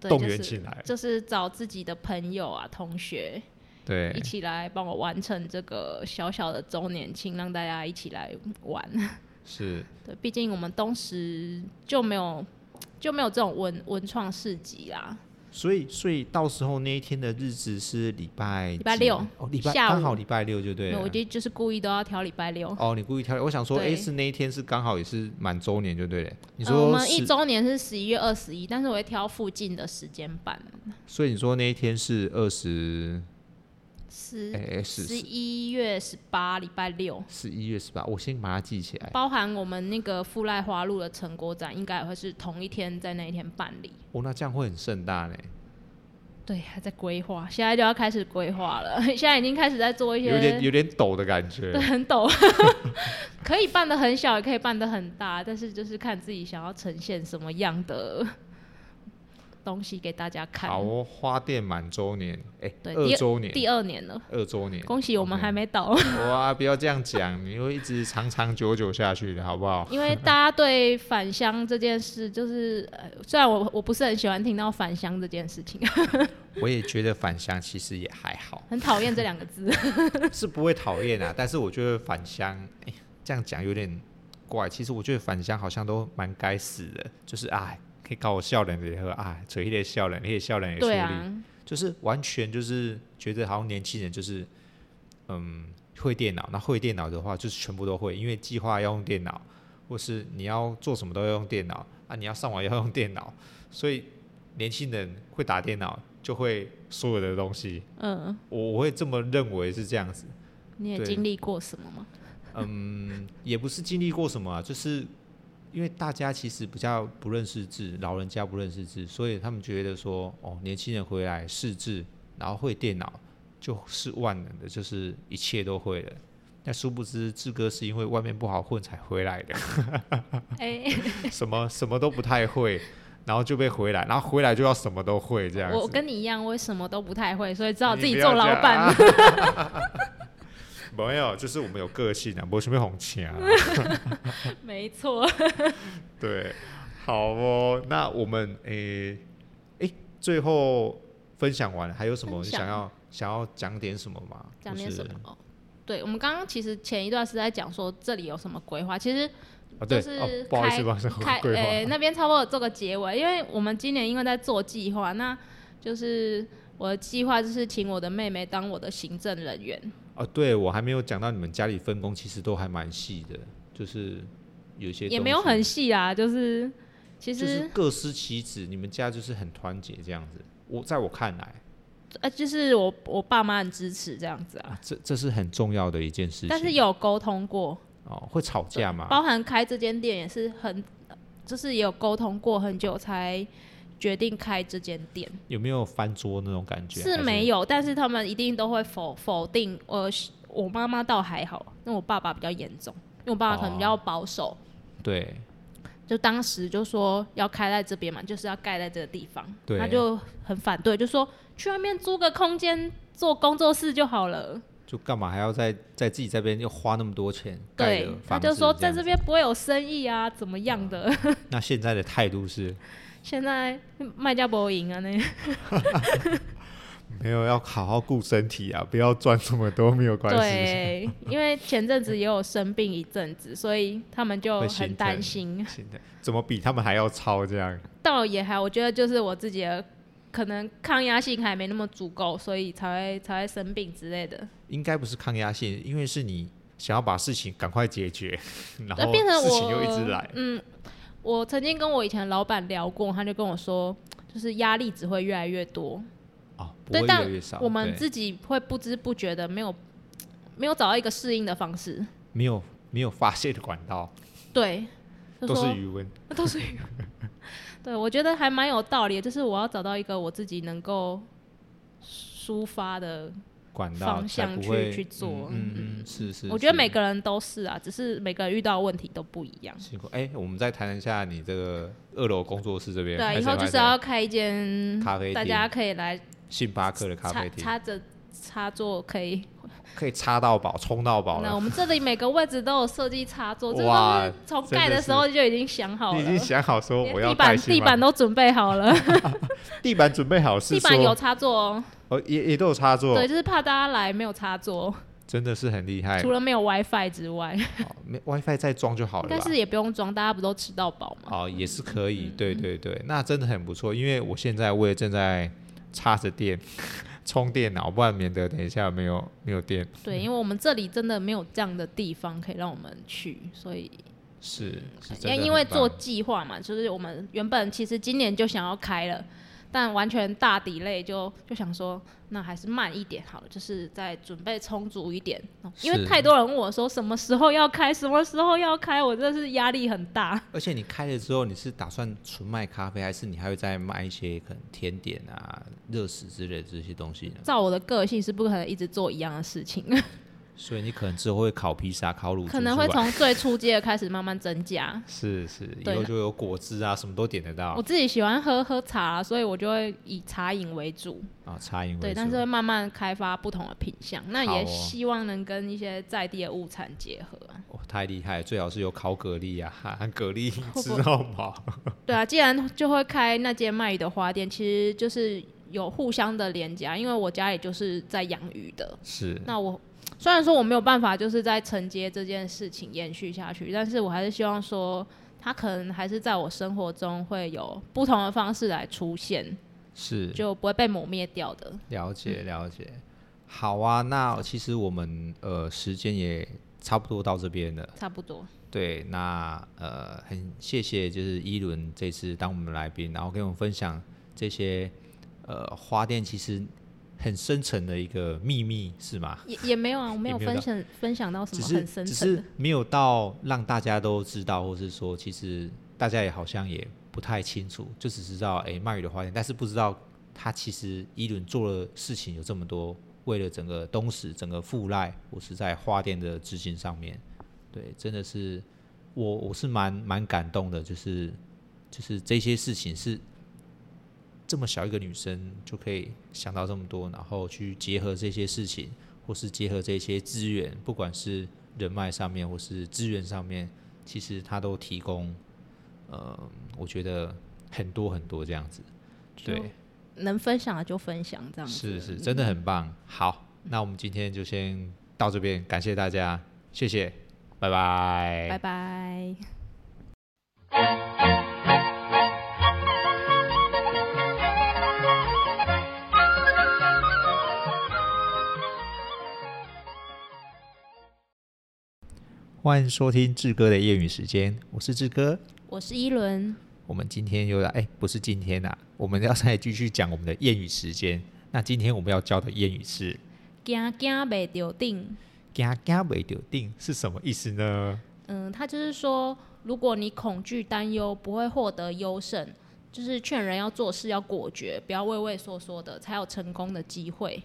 Speaker 2: 对，
Speaker 3: 动
Speaker 2: 就
Speaker 3: 员
Speaker 2: 是
Speaker 3: 起来
Speaker 2: 就是找自己的朋友啊、同学一
Speaker 3: 对，
Speaker 2: 起来帮我完成这个小小的周年庆，让大家一起来玩。
Speaker 3: 是
Speaker 2: 对，毕竟我们当时就没有就没有这种文文创市集啦，
Speaker 3: 所以，所以到时候那一天的日子是礼拜礼
Speaker 2: 礼拜六
Speaker 3: 哦，礼拜
Speaker 2: 下午
Speaker 3: 刚好礼拜六就对啊
Speaker 2: 那
Speaker 3: 了
Speaker 2: 我。就就是故意都要挑礼拜六。
Speaker 3: 哦，你故意挑，我想说，哎、
Speaker 2: 对
Speaker 3: 是那一天是刚好也是满周年就对了。你
Speaker 2: 呃、我
Speaker 3: 说
Speaker 2: 们一
Speaker 3: 是，
Speaker 2: 周年是十一月二十一，但是我会挑附近的时间办，
Speaker 3: 所以你说那一天是二十，
Speaker 2: 十
Speaker 3: 哎，是
Speaker 2: 十一月十八礼拜六，
Speaker 3: 十一月十八，我先把它记起来。
Speaker 2: 包含我们那个富赖花路的成果展，应该也会是同一天在那一天办理。
Speaker 3: 哦，那这样会很盛大呢，
Speaker 2: 对，还在规划，现在就要开始规划了， 现在已经开始在做一些
Speaker 3: 有点有点抖的感觉
Speaker 2: 对，。 很陡， 可以办的很小，也可以办的很大，但是就是看自己想要呈现什么样的 东西给大家看。
Speaker 3: 好哦，花店满周年，哎、
Speaker 2: 对
Speaker 3: 二周年，
Speaker 2: 第二年了，
Speaker 3: 二周年，
Speaker 2: 恭喜我们
Speaker 3: OK
Speaker 2: 还没倒。
Speaker 3: 哇，不要这样讲，你会一直长长久久下去的，好不好？
Speaker 2: 因为大家对返乡这件事，就是呃，虽然我我不是很喜欢听到返乡这件事情，
Speaker 3: 我也觉得返乡其实也还好，
Speaker 2: 很讨厌这两个字。
Speaker 3: 是不会讨厌啊，但是我觉得返乡，哎、这样讲有点怪。其实我觉得返乡好像都蛮该死的，就是啊，可以搞我笑脸的也喝啊，嘴一点笑脸，那些笑脸也处理，
Speaker 2: 对啊，
Speaker 3: 就是完全就是觉得好像年轻人就是嗯会电脑，那会电脑的话就是全部都会，因为计划要用电脑，或是你要做什么都要用电脑啊，你要上网要用电脑， 所以年轻人会打电脑就会所有的东西，
Speaker 2: 嗯，
Speaker 3: 我我会这么认为是这样子。
Speaker 2: 你也
Speaker 3: 对
Speaker 2: 经历过什么 吗？
Speaker 3: 嗯，也不是经历过什么、啊，就是因为大家其实比较不认识字，老人家不认识字，所以他们觉得说，哦，年轻人回来识字，然后会电脑就是万能的，就是一切都会了。那殊不知，志哥是因为外面不好混才回来 的，
Speaker 2: 哎、
Speaker 3: 什么什么都不太会，然后就被回来，然后回来就要什么都会这样子。
Speaker 2: 我跟你一样，我什么都不太会，所以只好
Speaker 3: 你
Speaker 2: 自己
Speaker 3: 不
Speaker 2: 做
Speaker 3: 要
Speaker 2: 老
Speaker 3: 这
Speaker 2: 板。
Speaker 3: 样。 没有，就是我们有个性啊，没什么红情啊。
Speaker 2: 没错，
Speaker 3: 对，好哦，那我们诶诶、最后分享完了，还有什么
Speaker 2: 分
Speaker 3: 你
Speaker 2: 享
Speaker 3: 想要想要讲点什么吗？
Speaker 2: 讲点
Speaker 3: 就是
Speaker 2: 什么？哦对，我们刚刚其实前一段是在讲说这里有什么规划，其实
Speaker 3: 啊？对，
Speaker 2: 就
Speaker 3: 哦
Speaker 2: 是、
Speaker 3: 不好意思，
Speaker 2: 开
Speaker 3: 不好意思，
Speaker 2: 开
Speaker 3: 我
Speaker 2: 呃
Speaker 3: 规划、
Speaker 2: 那边差不多有做个结尾，因为我们今年因为在做计划，那就是我的计划就是请我的妹妹当我的行政人员，
Speaker 3: 哦，对我还没有讲到你们家里分工，其实都还蛮细的，就是有一些
Speaker 2: 也
Speaker 3: 东
Speaker 2: 没有
Speaker 3: 西
Speaker 2: 很细啊，就是其
Speaker 3: 就
Speaker 2: 实、
Speaker 3: 是各司其职，你们家就是很团结这样子。我在我看来，
Speaker 2: 呃就是我我爸妈很支持这样子啊，
Speaker 3: 啊、这这是很重要的一件事情。
Speaker 2: 但是有沟通过，
Speaker 3: 哦，会吵架吗？
Speaker 2: 包含开这间店也是很，就是也有沟通过很久才决定开这间店。
Speaker 3: 有没有翻桌那种感觉？
Speaker 2: 是没
Speaker 3: 有。
Speaker 2: 有，但是他们一定都会否否定。呃，我妈妈倒还好，那我爸爸比较严重，因为我爸爸可能比较保守，
Speaker 3: 对，
Speaker 2: 就当时就说要开在这边嘛，就是要盖在这个地方，
Speaker 3: 对
Speaker 2: 他就很反对，就说去外面租个空间做工作室就好了。
Speaker 3: 就干嘛还要在在自己这边又花那么多钱盖
Speaker 2: 对
Speaker 3: 的，
Speaker 2: 他
Speaker 3: 房子
Speaker 2: 就说在
Speaker 3: 样
Speaker 2: 这边不会有生意啊，怎么样的？
Speaker 3: 那现在的态度是
Speaker 2: 现在卖家不赢啊，那
Speaker 3: 没
Speaker 1: 没有要好好顾身体啊，不要赚这么多没有关系。
Speaker 2: 对，因为前阵子也有生病一阵子，所以他们就
Speaker 1: 会心
Speaker 2: 很担
Speaker 1: 疼
Speaker 2: 心。
Speaker 1: 现在怎么比他们还要超这样？
Speaker 2: 倒也还好，我觉得就是我自己的可能抗压性还没那么足够，所以才会才会生病之类的。
Speaker 3: 应该不是抗压性，因为是你想要把事情赶快解决，然
Speaker 2: 那
Speaker 3: 后
Speaker 2: 呃变成
Speaker 3: 事情
Speaker 2: 我
Speaker 3: 又一直来。
Speaker 2: 嗯，我曾经跟我以前的老板聊过，他就跟我说，就是压力只会越来越多，
Speaker 3: 哦，不
Speaker 2: 对，
Speaker 3: 会越
Speaker 2: 但
Speaker 3: 来越少。
Speaker 2: 我们
Speaker 3: 对
Speaker 2: 自己会不知不觉的没有没有找到一个适应的方式。
Speaker 3: 没有没有发泄的管道，
Speaker 2: 对，就
Speaker 1: 都
Speaker 2: 说
Speaker 1: 是余温，
Speaker 2: 都是鱼。对，我觉得还蛮有道理的，就是我要找到一个我自己能够抒发的。
Speaker 3: 管道
Speaker 2: 方
Speaker 3: 才
Speaker 2: 向
Speaker 3: 不
Speaker 2: 去
Speaker 3: 会
Speaker 2: 去做
Speaker 3: 嗯嗯嗯，是是。
Speaker 2: 我觉得
Speaker 3: 是
Speaker 2: 每个人都是啊，只是每个人遇到的问题都不一样。
Speaker 3: 辛苦哎、我们再谈一下你这个二楼工作室这边。
Speaker 2: 对，啊
Speaker 3: 拍
Speaker 2: 以
Speaker 3: 谁
Speaker 2: 后就
Speaker 3: 拍
Speaker 2: 是
Speaker 3: 谁
Speaker 2: 要开一间
Speaker 3: 咖啡
Speaker 2: 大
Speaker 3: 店
Speaker 2: 家可以来
Speaker 3: 星巴克的咖
Speaker 2: 插
Speaker 3: 啡厅，
Speaker 2: 插着插座可以。
Speaker 3: 可以插到饱，冲到饱
Speaker 2: 那
Speaker 3: 了。
Speaker 2: 我们这里每个位置都有设计 插座，这个
Speaker 1: 哇
Speaker 2: 都是从
Speaker 1: 真的
Speaker 2: 盖的
Speaker 1: 是
Speaker 2: 时候就已经想好了，
Speaker 1: 你已经
Speaker 2: 连
Speaker 1: 想好说我要带
Speaker 2: 地板
Speaker 1: 新
Speaker 2: 地
Speaker 1: 吗
Speaker 2: 板都准备好了，
Speaker 1: 地板准备好是
Speaker 2: 地板有
Speaker 1: 说
Speaker 2: 插座哦。
Speaker 1: 哦也也都有插座
Speaker 2: 对，，就是怕大家来没有插座，
Speaker 3: 真的是很厉害
Speaker 1: 哎
Speaker 2: 除。了没有 WiFi 之外，
Speaker 3: 好没 WiFi 再装就好
Speaker 2: 应
Speaker 3: 了
Speaker 2: 该
Speaker 3: 吧？
Speaker 2: 是也不用装，大家不都吃到饱吗？
Speaker 3: 哦，也是可以，对对对，那真的很不错。因为我现在我也正在插着电 充电脑，不然免得等一下没有没有电。
Speaker 2: 对，因为我们这里真的没有这样的地方可以让我们去，所以
Speaker 3: 是，是真的
Speaker 2: 因
Speaker 3: 很
Speaker 2: 因为
Speaker 3: 棒
Speaker 2: 做计划嘛，就是我们原本其实今年就想要开了，但完全大底类就就想说，那还是慢一点好了，就是再准备充足一点，因为
Speaker 3: 是
Speaker 2: 太多人问我说什么时候要开，什么时候要开，我真的是压力很大。
Speaker 3: 而且你开了之后，你是打算纯卖咖啡，还是你还会再卖一些可能甜点啊、热食之类的这些东西呢？
Speaker 2: 照我的个性是不可能一直做一样的事情，
Speaker 3: 所以你可能之后会烤披萨、烤 乳猪
Speaker 2: 可能会
Speaker 3: 出来
Speaker 2: 从最初阶的开始慢慢增 加。
Speaker 3: 是是，以
Speaker 2: 对
Speaker 3: 后
Speaker 2: 的
Speaker 3: 就有果汁啊，什么都点得
Speaker 2: 我
Speaker 3: 到
Speaker 2: 自己喜欢喝喝茶、所以我就会以茶饮为主。
Speaker 3: 啊，茶饮
Speaker 2: 对，
Speaker 3: 为
Speaker 2: 但是
Speaker 3: 主
Speaker 2: 会慢慢开发不同的品相，那
Speaker 3: 好
Speaker 2: 也
Speaker 3: 哦
Speaker 2: 希望能跟一些在地的物产结合啊、
Speaker 3: 哦，太厉害了，最好是有烤蛤蜊啊， 哈蛤蜊
Speaker 2: 不
Speaker 3: 吃到饱。
Speaker 2: 对啊，既然就会开那间卖鱼的花店，其实就是有互相的连接啊，因为我家里就是在养鱼的。
Speaker 3: 是
Speaker 2: 那我虽然说我没有办法就是在承接这件事情延续下去，但是我还是希望说，它可能还是在我生活中会有不同的方式来出现，
Speaker 3: 是，
Speaker 2: 就不会被抹灭掉的。
Speaker 3: 了解了解。好啊，那其实我们呃时间也差不多到这边了。
Speaker 2: 差不多，
Speaker 3: 对，那呃，很谢谢就是伊伦这次当我们来宾，然后跟我们分享这些呃花店其实很深层的一个秘密，是吗？
Speaker 2: 也也没有啊，我没有
Speaker 3: 也没有
Speaker 2: 分享分享到什
Speaker 3: 只
Speaker 2: 么
Speaker 3: 是
Speaker 2: 很深
Speaker 3: 只
Speaker 2: 层的
Speaker 3: 是。没有到让大家都知道，哦或是说其实大家也好像也不太清楚，就只知道诶哎鳗鱼的花店，但是不知道他其实伊伦做的事情有这么多，为了整个东石、整个富赖，我是在花店的执行上面，对，真的是我我是蛮蛮感动的，就是就是这些事情是这么小一个女生就可以想到这么多，然后去结合这些事情，或是结合这些资源，不管是人脉上面或是资源上面，其实她都提供，呃，我觉得很多很多这样子。
Speaker 2: 就
Speaker 3: 对，
Speaker 2: 能分享的就分享，这样子
Speaker 3: 是是，真的很棒。好，那我们今天就先到这边，感谢大家，谢谢，拜拜，
Speaker 2: 拜拜。
Speaker 3: 欢迎收听志哥的夜语时间，我是志哥。
Speaker 2: 我是一轮，
Speaker 3: 我们今天又来，哎，不是今天啦、我们要再继续讲我们的谚语时间。那今天我们要教的谚语是
Speaker 2: 惊惊被丢定。
Speaker 3: “惊惊未丢定”是什么意思呢？
Speaker 2: 嗯，他就是说，如果你恐惧、担忧，不会获得优胜，就是劝人要做事要果决，不要畏畏缩缩的，才有成功的机会。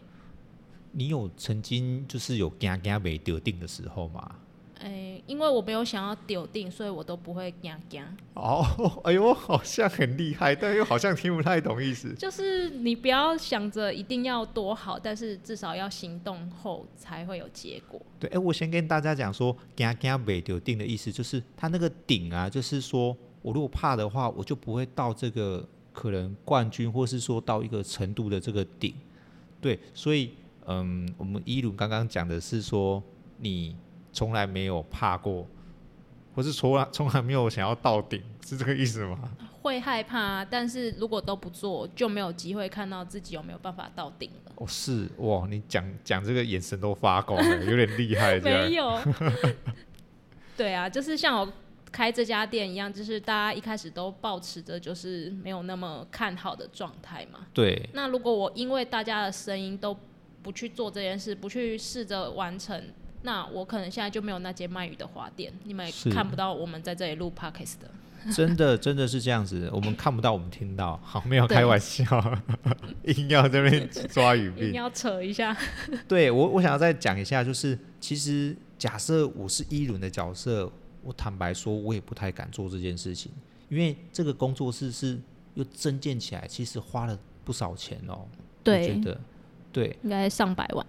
Speaker 3: 你有曾经就是有“惊惊未丢定”的时候吗？
Speaker 2: 哎、因为我没有想要丢定，所以我都不会惊惊。
Speaker 1: 哦，哎呦，好像很厉害，但又好像听不太懂意思。
Speaker 2: 就是你不要想着一定要多好，但是至少要行动后才会有结果。
Speaker 3: 对，哎，我先跟大家讲说，“惊惊未丢定”的意思就是它那个顶啊，就是说我如果怕的话，我就不会到这个可能冠军，或是说到一个程度的这个顶。对，所以嗯，我们一鲁刚刚讲的是说，你从来没有怕过，或是从来从来没有想要到顶，是这个意思吗？
Speaker 2: 会害怕，啊但是如果都不做，就没有机会看到自己有没有办法到顶了。
Speaker 3: 哦，是哇，你讲讲这个眼神都发光了，有点厉害这
Speaker 2: 没
Speaker 3: 样。
Speaker 2: 有， 对啊，就是像我开这家店一样，就是大家一开始都保持着就是没有那么看好的状态嘛。
Speaker 3: 对，
Speaker 2: 那如果我因为大家的声音都不去做这件事，不去试着完成，那我可能现在就没有那间卖鱼的花店，你们
Speaker 3: 是
Speaker 2: 也看不到我们在这里录 podcast 的。
Speaker 3: 真的真的是这样子，我们看不到，我们听到，好，没有
Speaker 2: 对
Speaker 3: 开玩笑， 硬要这边抓语
Speaker 2: 一定
Speaker 3: 病。
Speaker 2: 要扯一下，
Speaker 3: 对我，我想要再讲一下，就是其实假设我是一轮的角色，我坦白说，我也不太敢做这件事情，因为这个工作室是又增建起来，其实花了不少钱哦。我觉得，对，
Speaker 2: 应该上百万。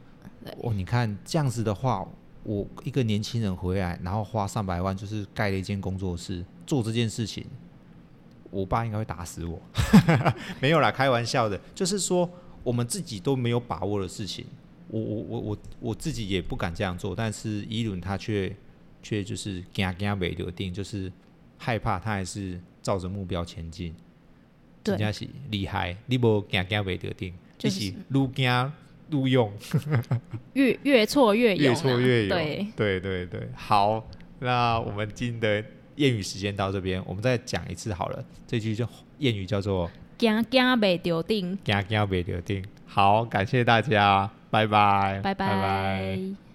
Speaker 3: 哦，你看这样子的话，我一个年轻人回来，然后花上百万，就是盖了一间工作室，做这件事情，我爸应该会打死我。 没有啦，开玩笑的，就是说我们自己都没有把握的事情，我我我我我自己也不敢这样做，但是伊伦他却却就是惊惊没留定，就是害怕，他还是照着目标前进。
Speaker 2: 对
Speaker 3: 真正是厉害，你无惊惊没得定，
Speaker 2: 就
Speaker 3: 你
Speaker 2: 是
Speaker 3: 是愈惊愈勇。
Speaker 2: 越越挫越勇、啊，
Speaker 3: 越挫越勇。
Speaker 2: 对，
Speaker 3: 对对对好，那我们今天的谚语时间到这边，我们再讲一次好了。这句叫谚语叫做
Speaker 2: 惊惊被丢定，
Speaker 3: “惊惊别留定”。好，感谢大家，拜拜，
Speaker 2: 拜
Speaker 3: 拜拜
Speaker 2: 拜